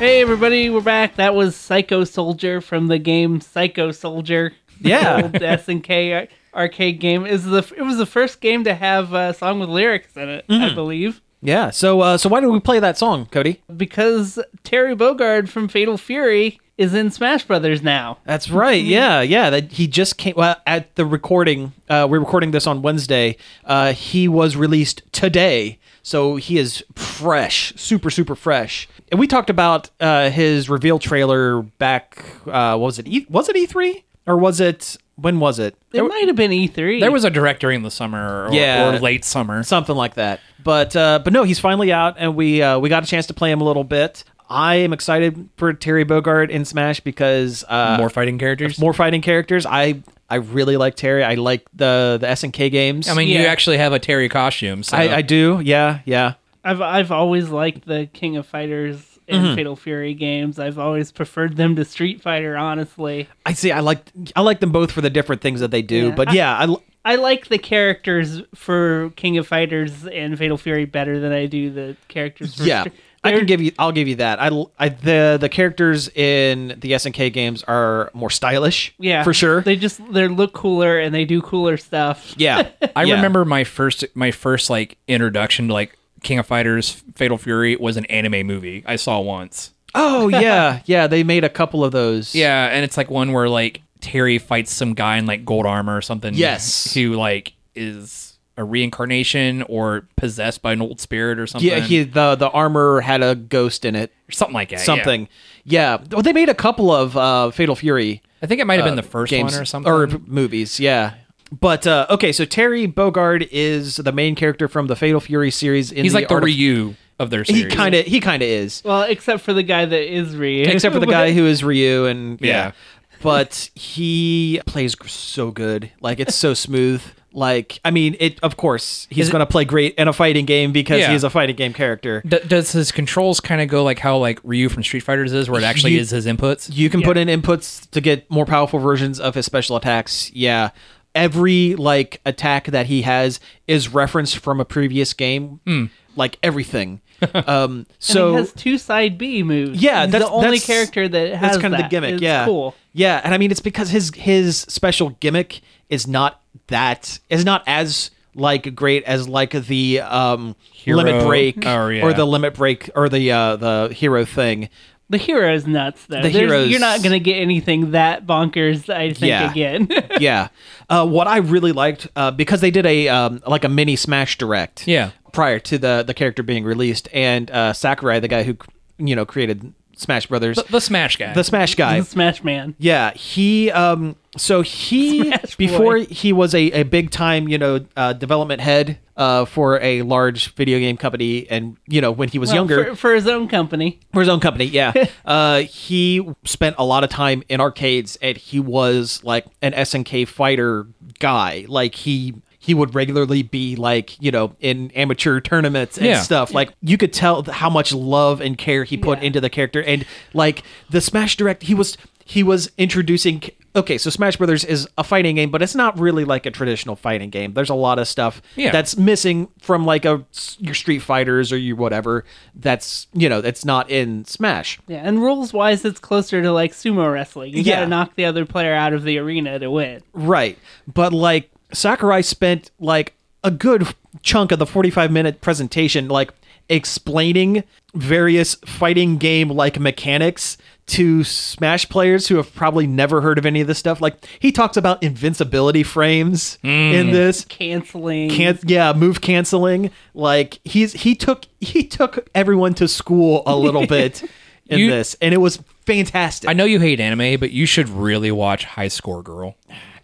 Hey everybody, we're back. That was Psycho Soldier from the game Psycho Soldier.
Yeah.
old SNK ar- arcade game. Is the it was the first game to have a song with lyrics in it,
Mm-hmm.
I believe,
Yeah. So uh, so why don't we play that song, Cody?
because Terry Bogard from Fatal Fury is in Smash Brothers now.
That's right. Yeah, yeah. That he just came. Well, at the recording, uh, we're recording this on Wednesday. Uh, he was released today, so he is fresh, super, super fresh. And we talked about uh, his reveal trailer back. Uh, what was it? E- was it E three or was it when was it?
It might have been E E3.
There was a direct during the summer or,
Yeah.
or late summer.
something like that. But uh, but no, he's finally out, and we uh, we got a chance to play him a little bit. I am excited for Terry Bogard in Smash because uh,
more fighting characters.
more fighting characters. I I really like Terry. I like the the SNK games.
I mean, you
Yeah.
actually have a Terry costume. So.
I, I do. Yeah, yeah.
I've I've always liked the King of Fighters and
Mm-hmm.
Fatal Fury games. I've always preferred them to Street Fighter, honestly.
I see. I like I like them both for the different things that they do.
Yeah.
But yeah, I l-
I like the characters for King of Fighters and Fatal Fury better than I do the characters. For
yeah.
Str-
I
They're-
can give you. I'll give you that. I, l- I- the the characters in the SNK games are more stylish.
yeah,
for sure.
They just they look cooler and they do cooler stuff.
yeah,
I
Yeah.
remember my first my first like introduction to like King of Fighters Fatal Fury was an anime movie I saw once.
Oh yeah, yeah. They made a couple of those.
Yeah, and it's like one where like Terry fights some guy in like gold armor or something.
Yes.
Who like is a reincarnation or possessed by an old spirit or something.
Yeah, he, the the armor had a ghost in it.
something like that. yeah.
Something. Yeah. Well, they made a couple of uh, Fatal Fury
I think it might have been
uh,
the first
games-
one or something.
or movies. Yeah. But uh, okay, so Terry Bogard is the main character from the Fatal Fury series. In
he's
the
like the
artif-
Ryu of their
He
series.
kind of he kind of is,
Well, except for the guy that is Ryu.
except for the guy who is Ryu, and yeah.
Yeah.
But he plays gr- so good, like it's so smooth. Like I mean, it of course he's going to play great in a fighting game because
Yeah.
he's a fighting game character.
D- does his controls kind of go like how like Ryu from Street Fighters is, where it actually
You-
is his inputs?
You can put in inputs to get more powerful versions of his special attacks. Yeah. Every like attack that he has is referenced from a previous game. Like everything. um
so
so
Hmm. he has two side B moves.
yeah,
He's
that's
the only
that's-
character that has
that's kind of the
that.
gimmick.
It's
yeah,
cool.
Yeah, and I mean it's because his his special gimmick is not that is not as like great as like the um limit break
Oh, yeah.
or the limit break or the uh the hero thing.
The hero is nuts though.
The
There's-
hero's-
You're not gonna get anything that bonkers. I think
Yeah.
again.
yeah. Uh, what I really liked uh, because they did a um, like a mini Smash Direct.
Yeah.
Prior to the the character being released, and uh, Sakurai, the guy who you know created Smash Brothers,
The, the Smash guy.
the Smash guy,
Smash Man.
yeah, he um so he
Smash
before
Boy.
he was a, a big time, you know, uh, development head uh, for a large video game company and you know, when he was
Well,
younger
for, for his own company.
for his own company, yeah. uh, he spent a lot of time in arcades, and he was like an SNK fighter guy. Like he he would regularly be like you know in amateur tournaments and
Yeah.
stuff. Like you could tell th- how much love and care he put
Yeah.
into the character, and like the Smash Direct, he was he was introducing. Okay, so Smash Brothers is a fighting game, but it's not really like a traditional fighting game. There's a lot of stuff
Yeah.
that's missing from like a your Street Fighters or your whatever. That's you know that's not in Smash.
Yeah, and rules wise, it's closer to like sumo wrestling. You
Yeah.
gotta knock the other player out of the arena to win.
Right. But like Sakurai spent like a good chunk of the 45 minute presentation like explaining various fighting game like mechanics to Smash players who have probably never heard of any of this stuff. Like he talks about invincibility frames
Hmm.
in this.
Canceling.
Can yeah, move canceling. Like he's he took he took everyone to school a little bit in
You-
this and it was fantastic.
I know you hate anime, but you should really watch High Score Girl.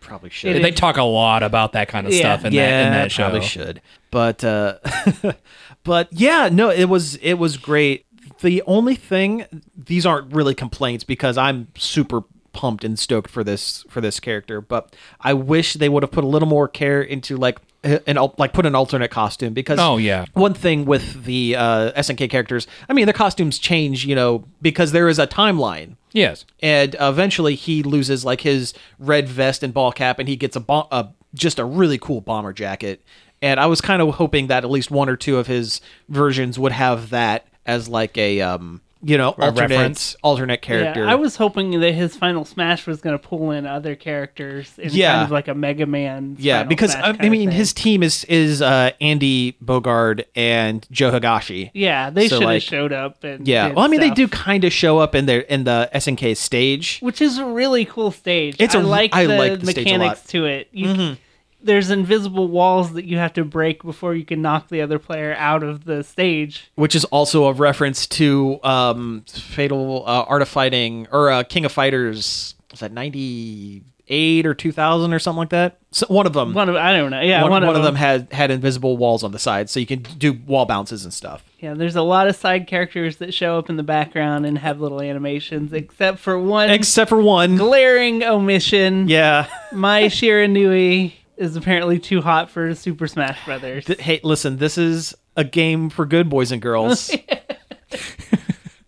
probably should.
They talk a lot about that kind of
Yeah.
stuff in that in
yeah,
that show.
probably should. But uh, but yeah, no, it was it was great. The only thing these aren't really complaints because I'm super pumped and stoked for this for this character, but I wish they would have put a little more care into like uh, an al- like put an alternate costume because
Oh, yeah.
one thing with the uh, SNK characters, I mean their costumes change, you know, because there is a timeline
Yes.
and eventually he loses like his red vest and ball cap and he gets a, bom- a just a really cool bomber jacket and i was kind of hoping that at least one or two of his versions would have that as like a um you know alternate
reference.
alternate character.
Yeah, I was hoping that his final smash was going to pull in other characters in
Yeah.
kind of like a Mega Man.
Yeah,
Final
because uh,
Smash
I,
kind
I
of
mean
thing.
his team is is uh, Andy Bogard and Joe Higashi.
Yeah, they
So,
should have
like-
showed up. And
Yeah.
did
Well, I mean they
stuff.
do kind of show up in their in the SNK stage.
which is a really cool stage.
It's
It's
a-
a, I like
I
the
like the stage a
mechanics
lot. Mm-hmm.
to it. You, There's invisible walls that you have to break before you can knock the other player out of the stage.
which is also a reference to um, Fatal uh, Art of Fighting or uh, King of Fighters. Was that ninety eight or two thousand or something like that? So one of them.
One of I don't know. Yeah,
one-
one,
one
of, them.
had had invisible walls on the side, so you can do wall bounces and stuff.
Yeah, there's a lot of side characters that show up in the background and have little animations, except for one
Except for one.
glaring omission.
Yeah.
My Shiranui is apparently too hot for Super Smash Brothers.
Th- Hey, listen, this is a game for good boys and girls.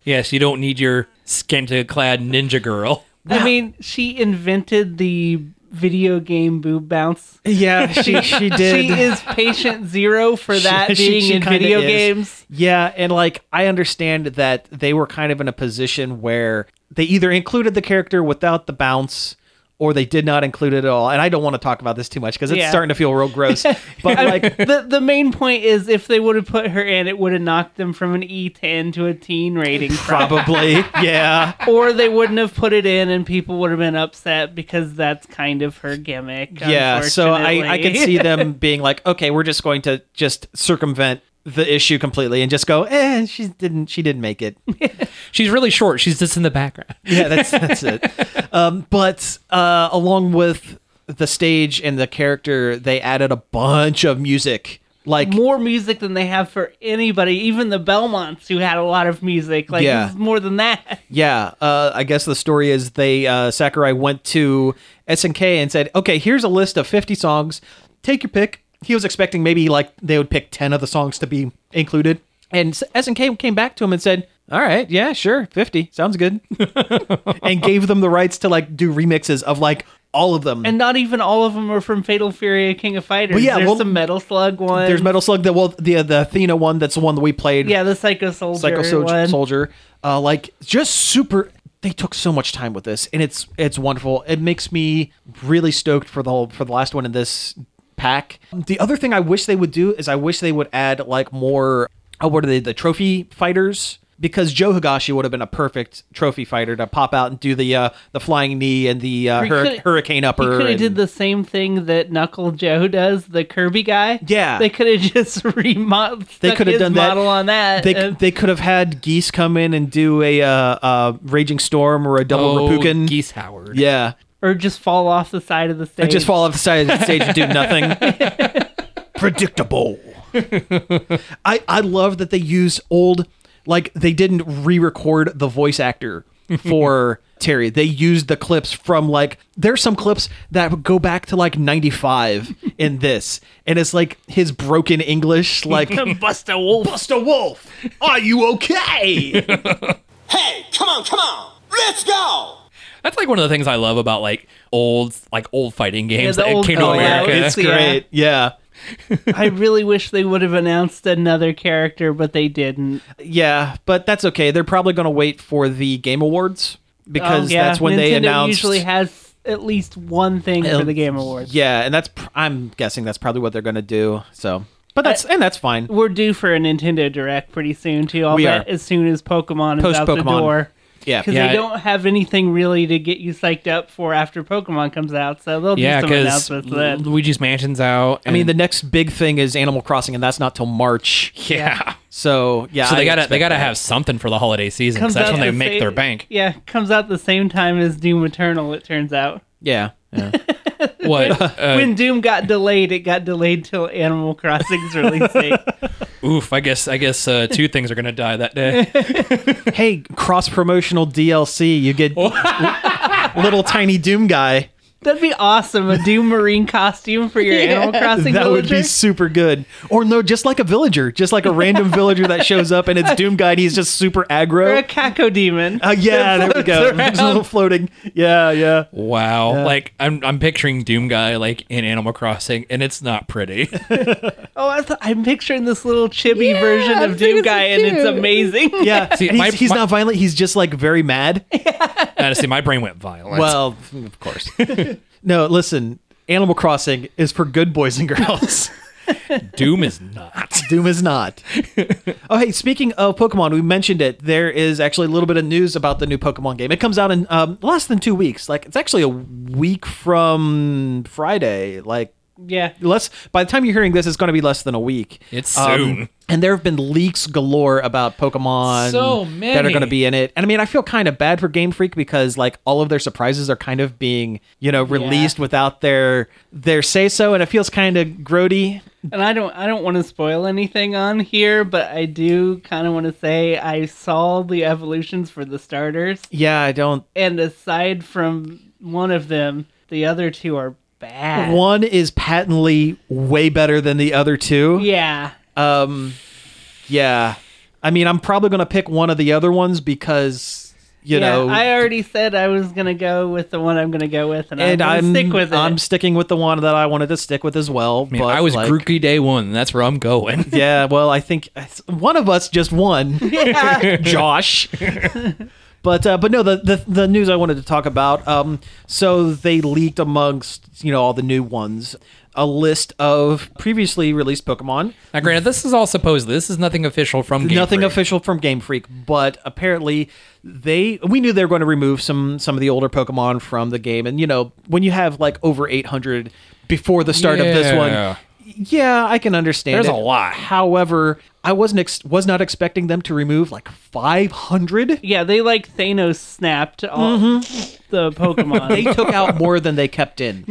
Yes, you don't need your scantily clad ninja girl.
I mean, she invented the video game boob bounce.
yeah, she she did.
She is patient zero for that
She-
being
she
in
kinda
video
is.
games.
Yeah, and like I understand that they were kind of in a position where they either included the character without the bounce or they did not include it at all. And I don't want to talk about this too much because it's
Yeah.
starting to feel real gross. but like
the the main point is if they would have put her in, it would have knocked them from an E ten to a teen rating,
probably, yeah.
or they wouldn't have put it in, and people would have been upset because that's kind of her gimmick.
Yeah, so I, I can
unfortunately.
see them being like, okay, we're just going to just circumvent the issue completely and just go, eh, she didn't she didn't make it.
She's really short. She's just in the background.
yeah, that's that's it. Um, but uh, along with the stage and the character, they added a bunch of music. Like
more music than they have for anybody, even the Belmonts who had a lot of music. Like
Yeah.
this is more than that.
Yeah, uh, I guess the story is they uh, Sakurai went to SNK and said, "Okay, here's a list of 50 songs. Take your pick." He was expecting maybe like they would pick 10 of the songs to be included, and S- SNK came back to him and said, "All right, yeah, sure, 50 sounds good," and gave them the rights to like do remixes of like all of them.
And not even all of them are from Fatal Fury, or King of Fighters.
Well, yeah,
there's
well,
some Metal Slug one.
there's Metal Slug, the well, the the Athena one. That's the one that we played.
Yeah, the Psycho Soldier.
Psycho Soldier,
one.
Soldier. Uh, like just super. They took so much time with this, and it's it's wonderful. It makes me really stoked for the whole, for the last one in this pack. The other thing I wish they would do is I wish they would add like more. Oh, what are they? The trophy fighters. Because Joe Higashi would have been a perfect trophy fighter to pop out and do the uh, the flying knee and the uh,
He
hurri-
coulda-
hurricane upper.
He could have
and-
did the same thing that Knuckle Joe does, the Kirby guy.
Yeah.
they could have just remodeled.
They
They could
coulda
have
done
done
that.
model on that.
They,
and-
they could have had geese come in and do a uh, uh, raging storm or a double
Oh,
Rapukin.
Geese Howard.
Yeah,
or just fall off the side of the
I
stage.
just fall off the side of the stage and do nothing. Predictable. I I love that they used old like they didn't re-record the voice actor for Terry. They used the clips from like there's some clips that would go back to like 95 in this. And it's like his broken English like
Busta Wolf.
Buster Wolf, are you okay?
Hey, come on, come on, let's go!
That's like one of the things I love about like old like old fighting games
the
that
old
came to
Oh, yeah,
America.
It's great. Yeah.
I really wish they would have announced another character, but they didn't.
Yeah, but that's okay. They're probably going to wait for the Game Awards because
Oh, yeah,
that's when they
Nintendo
announced.
Usually has at least one thing for
Um,
the Game Awards.
yeah, and that's pr- I'm guessing that's probably what they're going to do. So, but that's and that's fine.
We're due for a Nintendo Direct pretty soon too. I'll
We
bet
are.
as soon as Pokemon
Post
is out
Pokemon.
the door.
Yeah,
because
Yeah,
they
it-
don't have anything really to get you psyched up for after Pokemon comes out. So they'll do
Yeah,
some
because
announcements then.
Luigi's Mansion's out.
I mean the next big thing is Animal Crossing, and that's not till March.
yeah.
So yeah,
So
I
they gotta they
expect
gotta
that.
have something for the holiday season because that's when they
the
make
same-
their bank.
Yeah, comes out the same time as Doom Eternal. It turns out
yeah. yeah.
What? Uh,
when Doom got delayed, it got delayed till Animal Crossing's release date.
oof! I guess I guess uh, two things are gonna die that day.
hey, cross promotional DLC, you get little tiny Doom guy.
That'd be awesome. A Doom Marine costume for your Animal Crossing
that would be
villager.
super good. Or no, just like a villager, just like a random villager that shows up and it's Doom Guy and he's just super
or a
aggro.
Caco Demon.
Uh, yeah, there we go. Just a little floating. Yeah, yeah.
Wow. Like I'm I'm picturing Doom Guy like in Animal Crossing and it's not pretty.
oh, I thought, I'm picturing this little chibi version
I'm
of
thinking
Doom
so
Guy, and it's
cute.
amazing.
Yeah.
See,
And he's
my-
he's
my-
not violent. He's just like very mad.
Honestly, my brain went violent.
Well, of course. no, listen. Animal Crossing is for good boys and girls.
Doom is not.
Doom is not. oh, hey, speaking of Pokemon, we mentioned it. There is actually a little bit of news about the new Pokemon game. It comes out in um, less than two weeks. Like, it's actually a week from Friday. Like,
yeah.
less by the time you're hearing this, it's going to be less than a week.
It's
Um,
soon.
and there have been leaks galore about Pokemon
So
that are
many.
going to be in it. And I mean, I feel kind of bad for Game Freak because like all of their surprises are kind of being, you know, released without their their say so and it feels kind of grody.
And I don't I don't want to spoil anything on here, but I do kind of want to say I saw the evolutions for the starters,
Yeah, I don't
and aside from one of them, the other two are bad.
One is patently way better than the other two.
Yeah.
Um, yeah. I mean, I'm probably gonna pick one of the other ones because you
yeah,
know,
I already said I was gonna go with the one I'm gonna go with, and,
and
I'm
I'm
gonna stick with it.
I'm sticking with the one that I wanted to stick with as well.
Man,
but
I was
like,
Grookey day one. and That's where I'm going.
Yeah, well, I think one of us just won. Josh. But uh, but no, the, the the news I wanted to talk about. Um, so they leaked amongst you know all the new ones a list of previously released Pokemon.
now, granted, this is all supposedly. This is nothing official from Game
nothing
Freak.
official from Game Freak, but apparently they we knew they were going to remove some some of the older Pokemon from the game, and you know when you have like over 800 before the start of this
Yeah.
one, yeah, I can understand.
There's
it.
a lot.
However, I wasn't ex- was not expecting them to remove like 500.
yeah, they like Thanos snapped all the Pokemon.
Mm-hmm. They took out more than they kept in.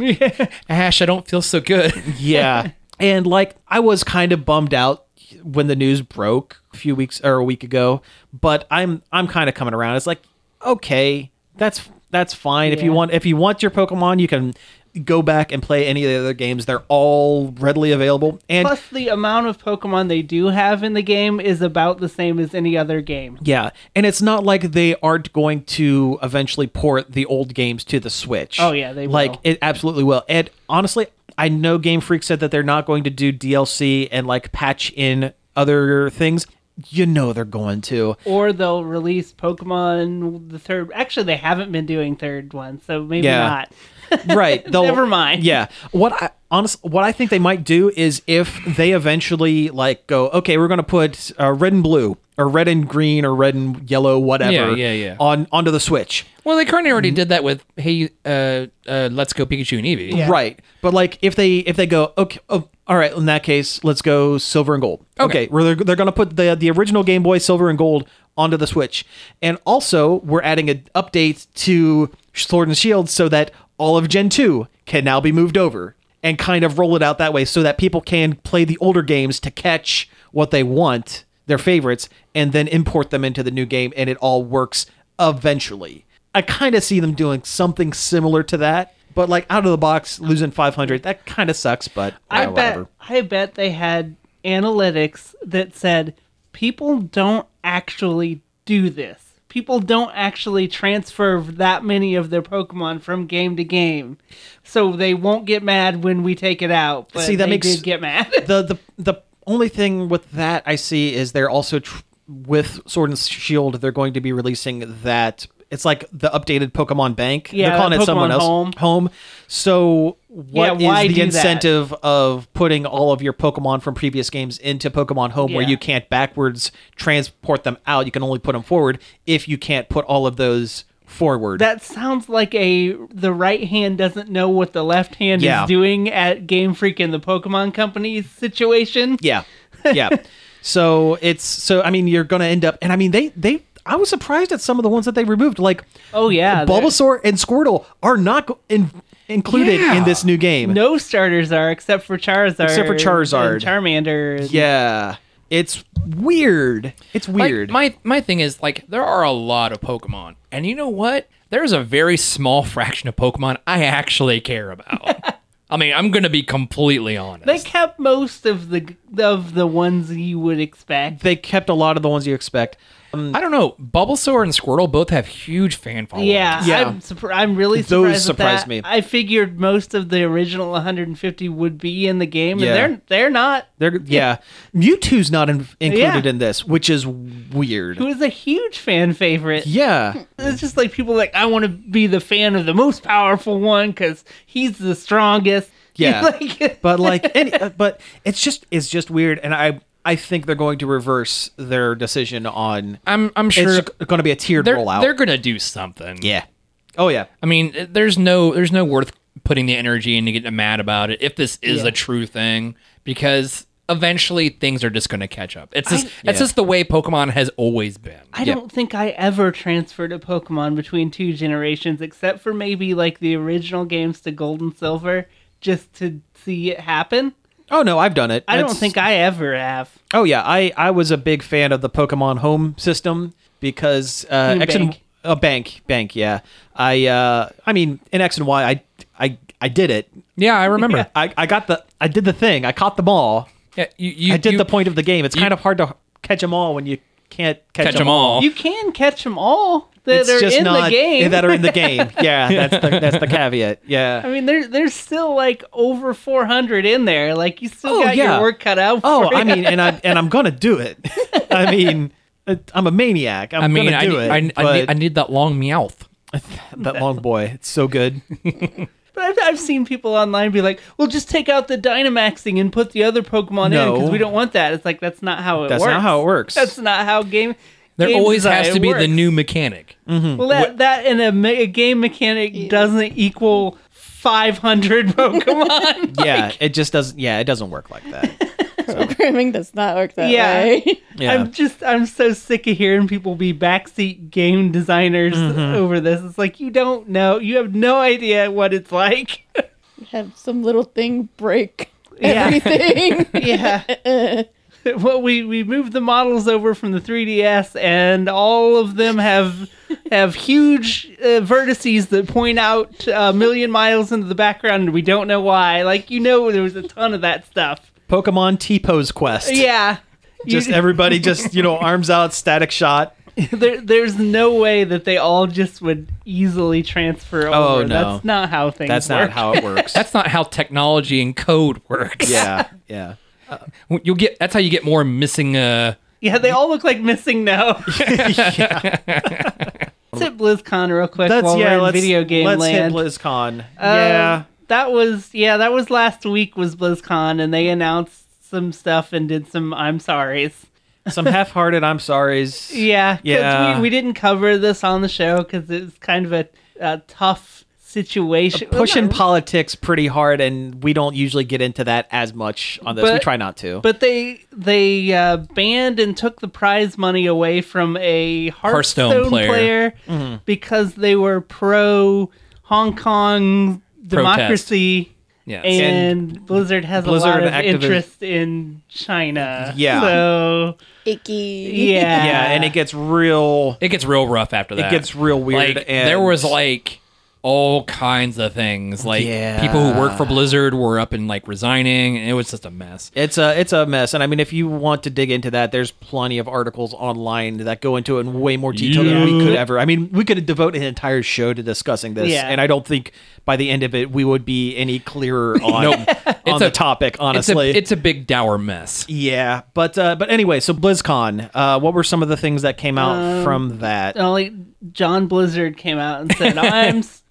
Ash, I don't feel so good.
Yeah. and like I was kind of bummed out when the news broke a few weeks or a week ago, but I'm I'm kind of coming around. It's like, okay, that's that's fine. If you
Yeah.
want if you want your Pokemon, you can go back and play any of the other games. They're all readily available. And
Plus, the amount of Pokemon they do have in the game is about the same as any other game.
yeah, and it's not like they aren't going to eventually port the old games to the Switch.
Oh, yeah, they will.
like it absolutely will. And honestly, I know Game Freak said that they're not going to do DLC and like patch in other things. You know they're going to.
Or they'll release Pokemon the third. Actually, they haven't been doing third one, so maybe
Yeah.
not.
right they'll-
Never mind.
yeah what i honest what i think they might do is if they eventually like go okay we're gonna put uh, red and blue or red and green or red and yellow whatever
Yeah, yeah, yeah.
on onto the switch
well, they currently
Mm-hmm.
already did that with Hey, uh, uh, Let's Go Pikachu and Eevee.
right but like if they if they go okay oh, all right in that case let's go silver and gold okay,
Okay.
where they're, they're gonna put the the original game boy silver and gold onto the switch and also we're adding an update to sword and shield so that all of gen 2 can now be moved over and kind of roll it out that way so that people can play the older games to catch what they want their favorites and then import them into the new game and it all works eventually i kind of see them doing something similar to that but like out of the box losing 500 that kind of sucks but
I
uh,
bet.
whatever.
I bet they had analytics that said people don't actually do this. People don't actually transfer that many of their Pokemon from game to game, so they won't get mad when we take it out. But
See, that
they
makes-
did get mad.
the the the only thing with that I see is they're also tr- with Sword and Shield they're going to be releasing that it's like the updated Pokemon Bank.
Yeah,
they're calling it
that
someone
Pokemon
else
Home.
So what is
Yeah, why
the
do that?
incentive of putting all of your Pokemon from previous games into Pokemon Home where
Yeah.
you can't backwards transport them out? You can only put them forward if you can't put all of those forward.
that sounds like a the right hand doesn't know what the left hand
Yeah.
is doing at Game Freak and the Pokemon Company situation.
Yeah. Yeah. so it's so I mean you're going to end up and I mean they they I was surprised at some of the ones that they removed like
Oh yeah, they're-
Bulbasaur and Squirtle are not go- in, included in this new game.
No starters are except for Charizard,
Except for Charizard.
and Charmander. and-
Yeah. It's weird. It's
Like,
weird.
My, my thing is like there are a lot of Pokemon, and you know what? There's a very small fraction of Pokemon I actually care about. I mean, I'm gonna be completely honest.
They kept most of the of the ones you would expect.
they kept a lot of the ones you expect.
I don't know. Bulbasaur and Squirtle both have huge fan followings.
Yeah,
Yeah.
I'm, surpri- I'm really surprised.
Those
at
surprised
that.
me.
I figured most of the original 150 would be in the game,
Yeah.
and they're they're not.
They're yeah. Mewtwo's not in, included
Yeah.
in this, which is weird.
It was a huge fan favorite.
Yeah.
It's just like people like I want to be the fan of the most powerful one because he's the strongest.
Yeah.
like,
but like any, uh, but it's just it's just weird and I I think they're going to reverse their decision on
I'm I'm sure
it's going to be a tiered
they're
rollout.
they're gonna do something.
yeah. Oh yeah.
I mean, it- there's no there's no worth putting the energy into getting mad about it if this is
Yeah.
a true thing because eventually things are just going to catch up. It's just it's just the way Pokemon has always been.
I don't think I ever transferred a Pokemon between two generations, except for maybe like the original games to Gold and Silver, just to see it happen.
Oh no, I've done it.
I don't
It's-
think I ever have.
Oh yeah, I I was a big fan of the Pokemon Home system because uh,
mean
X and
bank?
a bank bank yeah. I uh I mean in X and Y I I I did it.
yeah, I remember.
I I got the I did the thing. I caught them all.
Yeah, you, you,
I did
you
the point of the game. It's
you-
kind of hard to catch them all when you can't catch,
catch them all.
You can catch them all that
Oh. It's
are
just
in
not
the game.
that are in the game. Yeah, that's the that's the caveat. Yeah.
I mean, there, there's still like over 400 in there. Like you still
Oh,
got
yeah.
your work cut out.
oh,
for
I
you.
mean, and I and I'm gonna do it. I mean, it- I'm a maniac. I'm
I mean,
gonna
I,
do
need-
it.
I, I, need,
but
I need that long meowth.
that long boy, it's so good.
But I've, I've seen people online be like, "Well, just take out the Dynamaxing and put the other Pokemon in
No.
because we don't want that." It's like that's not how it
That's
works.
not how it works.
That's not how game.
There
game
always
design
has to be the
works.
new mechanic.
Well, that, that and a, me- a game mechanic doesn't equal 500 Pokemon.
yeah, it just doesn't. Yeah, it doesn't work like that.
Programming does not work that
Yeah.
way.
Yeah.
I'm just I'm so sick of hearing people be backseat game designers over this. It's like you don't know, you have no idea what it's like.
Have some little thing break
Yeah.
everything.
yeah. well, we we moved the models over from the 3DS, and all of them have have huge uh, vertices that point out a million miles into the background, and we don't know why. Like you know, there was a ton of that stuff.
Pokemon T pose quest.
Yeah. You-
Just everybody, just you know, arms out, static shot.
there, there's no way that they all just would easily transfer over.
Oh, no.
That's not how things
That's not
work.
how it works.
That's not how technology and code works.
yeah, yeah.
You'll get that's how you get more missing uh
Yeah, they all look like missing no. Let's hit BlizzCon real quick
That's
while
yeah.
we're in
let's
video game
let's hit
land.
BlizzCon.
Um,
yeah.
that was yeah, that was last week was BlizzCon, and they announced some stuff and did some I'm sorry's.
some half-hearted I'm sorry's.
Yeah, 'cause
Yeah.
We, we didn't cover this on the show because it was kind of a, a tough situation.
Pushing
Well, not-
politics pretty hard, and we don't usually get into that as much on this. we
But-
try not to.
But they they uh, banned and took the prize money away from a Hearthstone,
Hearthstone player.
player, Mm-hmm. because they were pro Hong Kong democracy.
Yes.
And, Blizzard has
Blizzard
a lot of
and Activision-
interest in China.
Yeah.
So
Icky.
yeah,
yeah, and
Uh,
it gets real.
it gets real rough after that.
It gets real weird.
Like
and
there was like all kinds of things. Like
Yeah.
people who work for Blizzard were up and like resigning, and it was just a mess.
It's a it's a mess, and I mean, if you want to dig into that, there's plenty of articles online that go into it in way more detail than we could ever. I mean, we could devote an entire show to discussing this,
Yeah.
and I don't think by the end of it we would be any clearer on on
It's
the
a-
topic.
It's a,
Honestly,
it's a big dour mess.
yeah, but uh, but anyway, so BlizzCon, uh, what were some of the things that came out
Um,
from that?
oh,
only John Blizzard came out and said, "I'm s-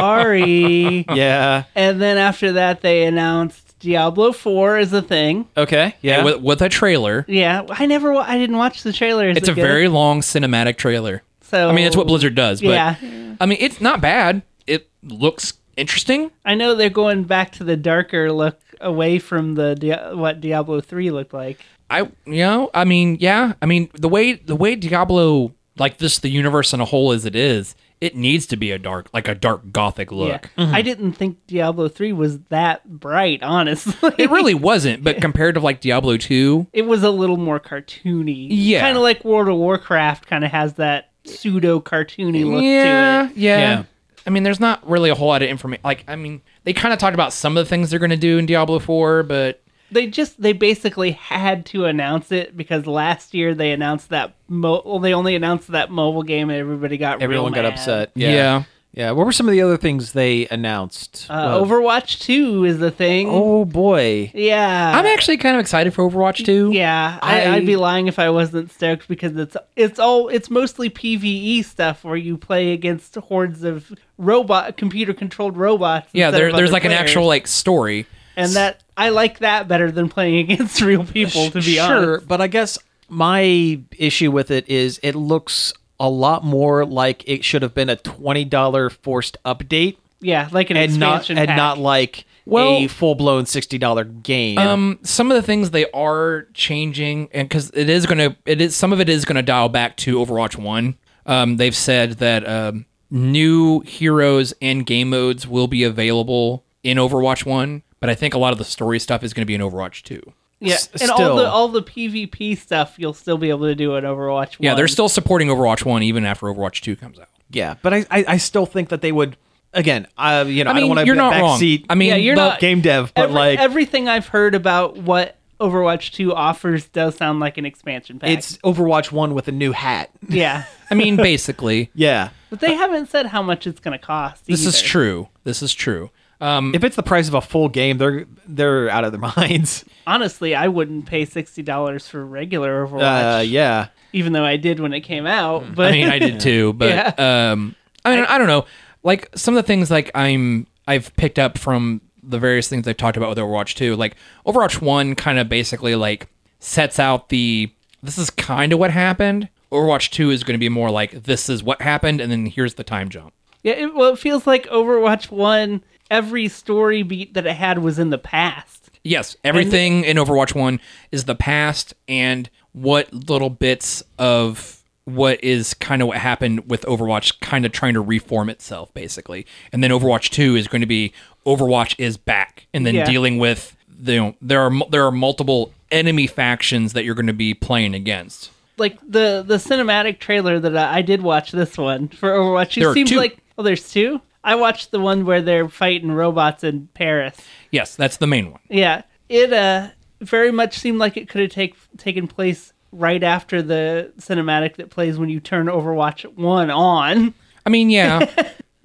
sorry."
yeah,
And then after that, they announced Diablo Four is a thing.
okay, yeah,
With, with a trailer,
Yeah, I never, wa- I didn't watch the trailer. Is
it's
it
a
good?
very long cinematic trailer.
So
I mean, it's what Blizzard does. But,
Yeah.
I mean, it's not bad. It looks interesting.
I know they're going back to the darker look away from the Dia- what Diablo Three looked like.
I you know, I mean, yeah, I mean the way the way Diablo like this the universe in a whole as it is, it needs to be a dark, like a dark gothic look.
Yeah. I didn't think Diablo 3 was that bright, honestly.
It really wasn't, but compared to like Diablo 2,
it was a little more cartoony.
Yeah.
Kind of like World of Warcraft kind of has that pseudo cartoony look to
yeah,
it.
yeah,
Yeah.
I mean, there's not really a whole lot of information. Like, I mean, they kind of talked about some of the things they're going to do in Diablo 4, but
They just they basically had to announce it because last year they announced that mo- well, they only announced that mobile game and everybody got
Everyone
real
got
mad.
upset.
yeah.
Yeah. yeah. What were some of the other things they announced?
Uh,
Well,
Overwatch 2 is the thing.
Oh boy.
Yeah.
I'm actually kind of excited for Overwatch 2.
Yeah, I,
I-
I, would be lying if I wasn't stoked because it's it's all it's mostly PVE stuff where you play against hordes of robot computer controlled robots.
Yeah,
instead
there,
of
there's
other
like an
players.
actual like story.
and that I like that better than playing against real people. To be
sure,
honest,
but I guess my issue with it is it looks a lot more like it should have been a twenty dollar forced update
yeah, like an
and not
expansion
and
pack.
not like
Well-
a full blown sixty dollar game.
Um, some of the things they are changing, and because it is going to, it is some of it is going to dial back to Overwatch One. Um, they've said that um, new heroes and game modes will be available in Overwatch One, but I think a lot of the story stuff is going to be in Overwatch Two.
yeah,
s-
and all
still.
the all the PvP stuff you'll still be able to do in Overwatch.
Yeah,
1.
they're still supporting Overwatch One even after Overwatch Two comes out.
yeah, but I, I I still think that they would again. Uh, you know,
I
I,
mean,
don't want to
you're not wrong.
backseat.
I mean,
yeah, you're
the
not
game dev, but
every-
like
everything I've heard about what Overwatch Two offers does sound like an expansion pack.
it's Overwatch One with a new hat.
yeah.
I mean, basically,
Yeah,
But they haven't said how much it's going to cost.
this is
either.
true. This is true. Um,
if it's the price of a full game, they're they're out of their minds.
Honestly, I wouldn't pay sixty dollars for regular Overwatch.
Uh, yeah, Hmm.
Even though I did when it came out, but
I mean, I did too, but um, I mean, I, don't know. Like some of the things like I'm I've picked up from the various things I've talked about with Overwatch 2. Like Overwatch 1 kind of basically like sets out the this is kind of what happened. Overwatch 2 is going to be more like this is what happened and then here's the time jump.
yeah. It, well, it feels like Overwatch One. Every story beat that it had was in the past.
Yes, everything in Overwatch 1 is the past and what little bits of what is kind of what happened with Overwatch kind of trying to reform itself basically. And then Overwatch 2 is going to be Overwatch is back and then
Yeah.
dealing with the you know, there are mul- there are multiple enemy factions that you're going to be playing against.
Like the the cinematic trailer that I, I did watch this one for Overwatch. It
There are
seems
two.
like oh, there's two. I watched the one where they're fighting robots in Paris.
Yes, that's the main one.
Yeah, it uh very much seemed like it could have take, taken place right after the cinematic that plays when you turn Overwatch One on.
I mean, yeah.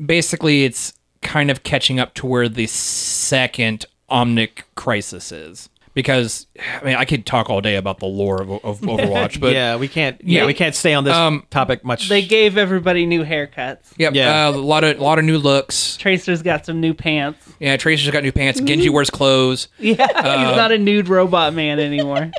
basically, it's kind of catching up to where the second Omnic Crisis is. Because, I mean, I could talk all day about the lore of, of Overwatch, but
yeah. We can't. Yeah,
Yeah.
we can't stay on this
Um,
topic much.
They gave everybody new haircuts.
Yep,
Yeah.
uh, a lot of a lot of new looks.
Tracer's got some new pants.
Yeah, Tracer's got new pants. Genji wears clothes.
Mm-hmm. Yeah,
Uh,
he's not a nude robot man anymore.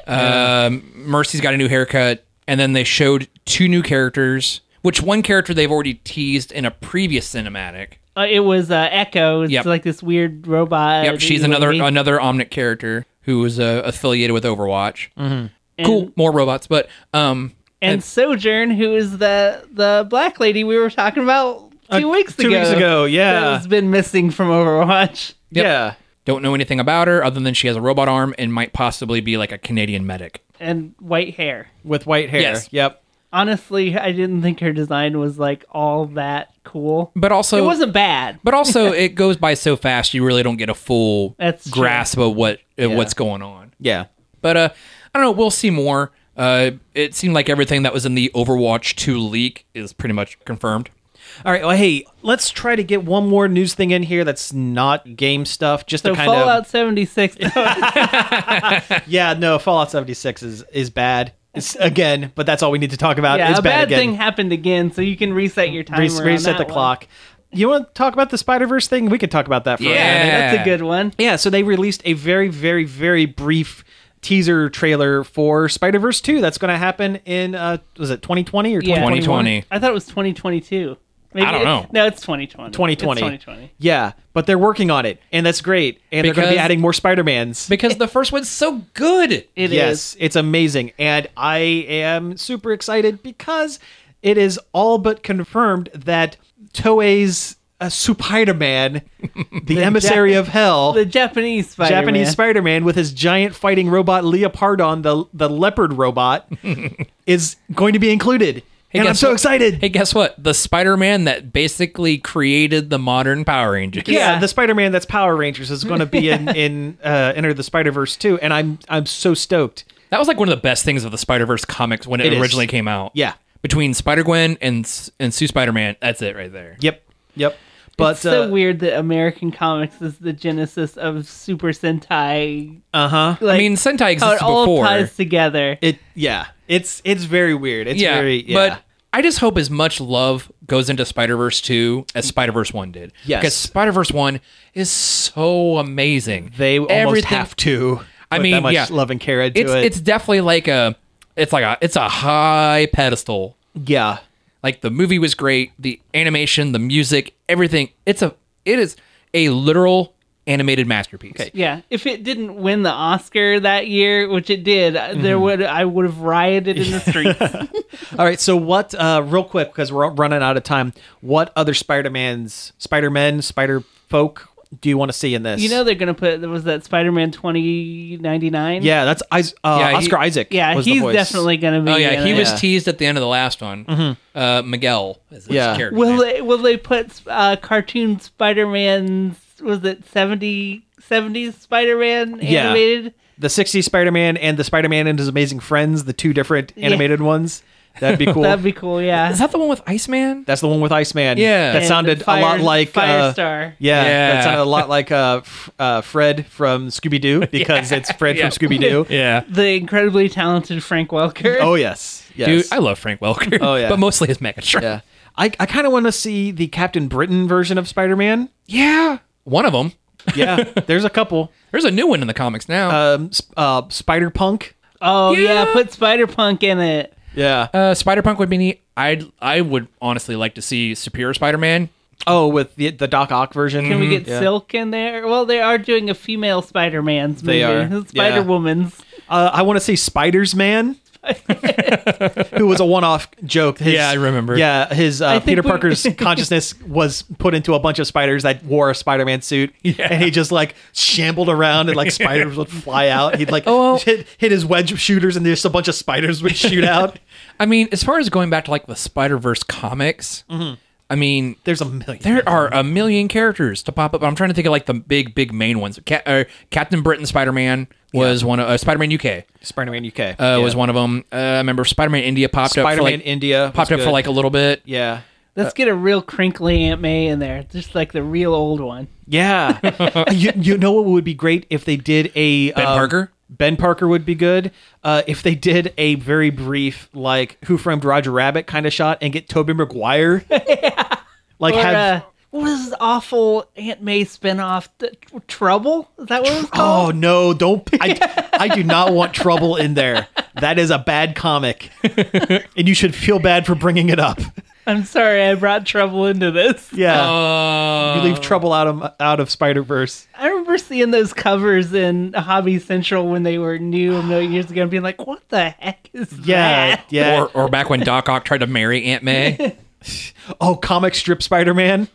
Mercy's got a new haircut, and then they showed two new characters. Which one character they've already teased in a previous cinematic?
Uh, it was uh, Echo. It's
Yep.
like this weird robot.
Yep, she's
that you
another
lady.
another Omnic character who is uh, affiliated with Overwatch.
Mm-hmm. And-
Cool, more robots, but um,
And Sojourn, who is the the black lady we were talking about two weeks ago.
Uh, two weeks ago, yeah.
that has been missing from Overwatch.
Yeah.
Don't know anything about her other than she has a robot arm and might possibly be like a Canadian medic.
And white hair.
With white hair.
Yes.
Yep.
honestly, I didn't think her design was like all that cool.
But also,
it wasn't bad.
But also, it goes by so fast you really don't get a full
That's true.
grasp of what uh, what's going on.
Yeah.
But uh, I don't know. We'll see more. Uh, it seemed like everything that was in the Overwatch 2 leak is pretty much confirmed.
All right. Well, hey, let's try to get one more news thing in here that's not game stuff. Just
So
to kind
Fallout 76.
of yeah. No, Fallout seventy six is is bad. It's again, but that's all we need to talk about.
yeah,
it's
a bad,
again.
thing happened again, so you can reset your timer.
Re-
on
reset
that
the
one.
clock. You want to talk about the Spider Verse thing? We could talk about that for a minute.
That's a good one.
Yeah, so they released a very, very, very brief teaser trailer for Spider Verse Two. That's going to happen in uh, was it 2020 or
Yeah.
2020.
I thought it was 2022. Maybe
I don't
it-
know.
no, it's 2020.
2020.
It's 2020.
Yeah, but they're working on it, and that's great. And they're going to be
Because-
adding more Spider Mans.
Because the first one's so good.
It is.
yes, it's amazing, and I am super excited because it is all but confirmed that Toei's uh, Spider-Man, the emissary
Jap-
of hell,
The Japanese Spider-Man.
Japanese Spider-Man with his giant fighting robot Leopardon, the the leopard robot, is going to be included. and I'm
guess
so
what?
excited.
Hey, guess what? The Spider Man that basically created the modern Power Rangers.
yeah,
Yeah.
the Spider-Man that's Power Rangers is going to be in in uh, Enter the Spider-Verse too, and I'm I'm so stoked.
That was like one of the best things of the Spider Verse comics when it,
It is.
originally came out.
Yeah.
Between Spider Gwen and S- and Sue Spider Man, that's it right there.
Yep, yep. But
it's so
uh,
weird that American comics is the genesis of Super Sentai. Uh
Uh-huh.
I mean, Sentai
how
existed
it all
before.
ties together.
it yeah, it's it's very weird. It's
yeah,
very yeah.
but I just hope as much love goes into Spider Verse two as Spider Verse one did.
Yes.
because Spider Verse one is so amazing.
they almost
Everything-
have to.
I
put
mean,
that much
yeah.
love and care into
it's
it.
it's definitely like a it's like a it's a high pedestal.
yeah,
Like the movie was great, the animation, the music, everything. It's a it is a literal animated masterpiece. Okay.
Yeah, if it didn't win the Oscar that year, which it did, uh
Mm-hmm.
there would I would have rioted in the streets.
All right, so what? Uh, real quick, because we're running out of time. What other Spider Man's, Spider Men, Spider Folk do you want to see in this?
you know they're gonna put there was that Spider-Man twenty ninety nine.
yeah, that's Is- uh,
Yeah, he-
Oscar Isaac.
yeah,
was the
he's
voice.
definitely gonna be.
Oh yeah,
in
he
it.
was teased at the end of the last one. Uh, Miguel is his
Mm-hmm. Yeah.
character.
Will
name.
they will they put uh, cartoon Spider-Man? Was it 70, 70s Spider-Man
Yeah.
animated?
the '60s Spider Man and the Spider Man and his Amazing Friends, the two different animated ones. That'd be cool.
That'd be cool. Yeah,
is that the one with Iceman?
that's the one with Iceman.
Yeah.
that
And
sounded
Fire-
a lot like uh,
Firestar.
Yeah,
Yeah.
that sounded a lot like uh, f- uh, Fred from Scooby Doo because it's Fred
Yeah.
from Scooby Doo.
Yeah.
the incredibly talented Frank Welker.
Oh yes, yes.
Dude, I love Frank Welker.
Oh, yeah.
But mostly his Megatron.
yeah, I, I kind of want to see the Captain Britain version of Spider Man.
Yeah. One of them.
yeah, there's a couple.
There's a new one in the comics now.
Um, sp- uh, Spider Punk.
oh yeah.
Yeah.
put Spider Punk in it.
Yeah.
Uh, Spider Punk would be neat. I'd I would honestly like to see Superior Spider Man.
oh, with the the Doc Ock version.
Can we get
Mm-hmm. Yeah.
Silk in there? Well, they are doing a female Spider Man's movie.
They are, yeah.
Spider Woman's.
Uh, I want to see Spider's Man, who was a one off joke. His-
Yeah, I remember.
Yeah, his uh,
think
Peter
we-
Parker's consciousness was put into a bunch of spiders that wore a Spider Man suit, and he just like shambled around and like spiders would fly out. He'd like
well-
hit hit his wedge shooters, and just a bunch of spiders would shoot out.
I mean, as far as going back to like the Spider Verse comics,
Mm-hmm.
I mean,
There's a million.
there are a million characters to pop up. I'm trying to think of like the big, big main ones. Ca- uh, Captain Britain Spider Man was one of uh, Spider Man UK uh,
Spider Man UK uh,
was one of them. Uh, I remember Spider Man India popped up. for,
Spider-Man
like,
India was
popped up for
good.
like a little bit.
Yeah.
Let's get a real crinkly Aunt May in there, just like the real old one.
Yeah, you, you know what would be great if they did a Ben
Parker?
Ben Parker would be good. Uh, if they did a very brief like Who Framed Roger Rabbit kind of shot and get Toby Maguire, like
Or,
have
uh, what was this awful Aunt May spinoff? The, Trouble? Is that what it was
oh
called?
no don't I, I do not want trouble in there. That is a bad comic, and you should feel bad for bringing it up.
I'm sorry, I brought Trouble into this.
Yeah,
Uh,
you leave trouble out of out of Spider Verse.
I remember seeing those covers in Hobby Central when they were new a million years ago and being like, what the heck is
Yeah,
that?
yeah.
Or, or back when Doc Ock tried to marry Aunt May.
oh, comic strip Spider Man.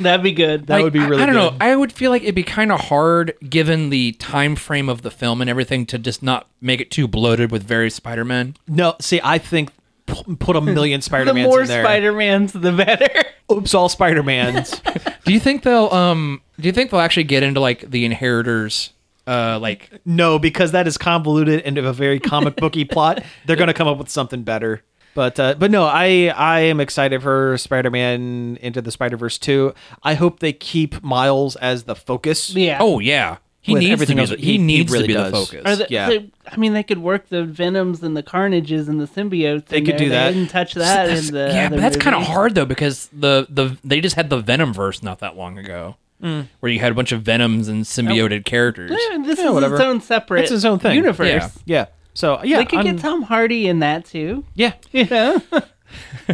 That'd be good.
That would be
I-
really.
I, don't
good.
know. I would feel like it'd be kind of hard given the time frame of the film and everything to just not make it too bloated with various Spider-Men.
No, see, I think p- put a million
the
Spider-Mans
more
in there. Oh,
Spider-Mans, the better.
Oops, all Spider-Mans.
Do you think they'll um do you think they'll actually get into like the inheritors uh like
no, because that is convoluted and of a very comic booky plot. They're going to come up with something better. But uh, but no, I I am excited for Spider-Man into the Spider-Verse 2. I hope they keep Miles as the focus.
yeah.
oh yeah. He
With
needs
everything
to
else,
be the,
he-
he,
he
needs
really
to be the
does.
focus.
Or the,
yeah.
they- I mean, they could work the Venoms and the Carnages and the Symbiotes. They
could do that.
They didn't touch that Uh, in the
yeah,
other
but that's kind of
movie.
hard though because the the they just had the Venom verse not that long ago. Where you had a bunch of Venoms and symbiotic characters.
Yeah, this
Yeah,
is
whatever.
its own separate.
It's its own thing.
Universe.
Yeah.
Yeah. So yeah,
They could
I'm-
get Tom Hardy in that too.
yeah.
You know,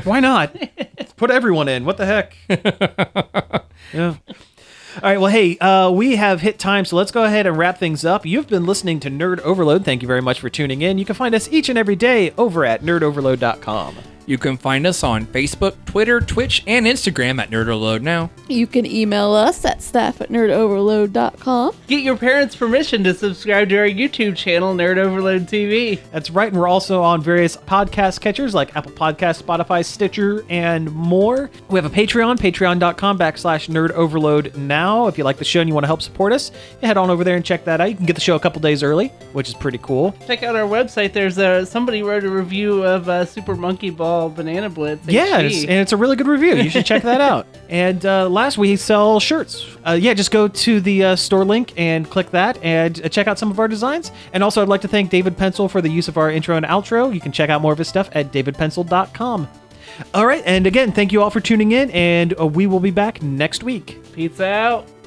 Why not? Put everyone in. What the heck? yeah. All right. Well, hey, uh, we have hit time, so let's go ahead and wrap things up. You've been listening to Nerd Overload. Thank you very much for tuning in. You can find us each and every day over at nerdoverload.com.
You can find us on Facebook, Twitter, Twitch, and Instagram at Nerd Overload Now.
You can email us at staff at nerdoverload.com.
Get your parents' permission to subscribe to our YouTube channel, Nerd Overload TV.
That's right. And we're also on various podcast catchers like Apple Podcasts, Spotify, Stitcher, and more. We have a Patreon, patreon.com backslash nerd overload now. If you like the show and you want to help support us, you head on over there and check that out. You can get the show a couple days early, which is pretty cool.
Check out our website. There's a somebody wrote a review of uh, Super Monkey Ball Banana Blitz.
Yeah,
HD.
it's, and it's a really good review. You should check that out. And uh, last, we sell shirts. Uh, yeah, just go to the uh, store link and click that and uh, check out some of our designs. And also, I'd like to thank David Pencil for the use of our intro and outro. You can check out more of his stuff at davidpencil.com. All right, and again, thank you all for tuning in, and uh, we will be back next week.
Pizza out.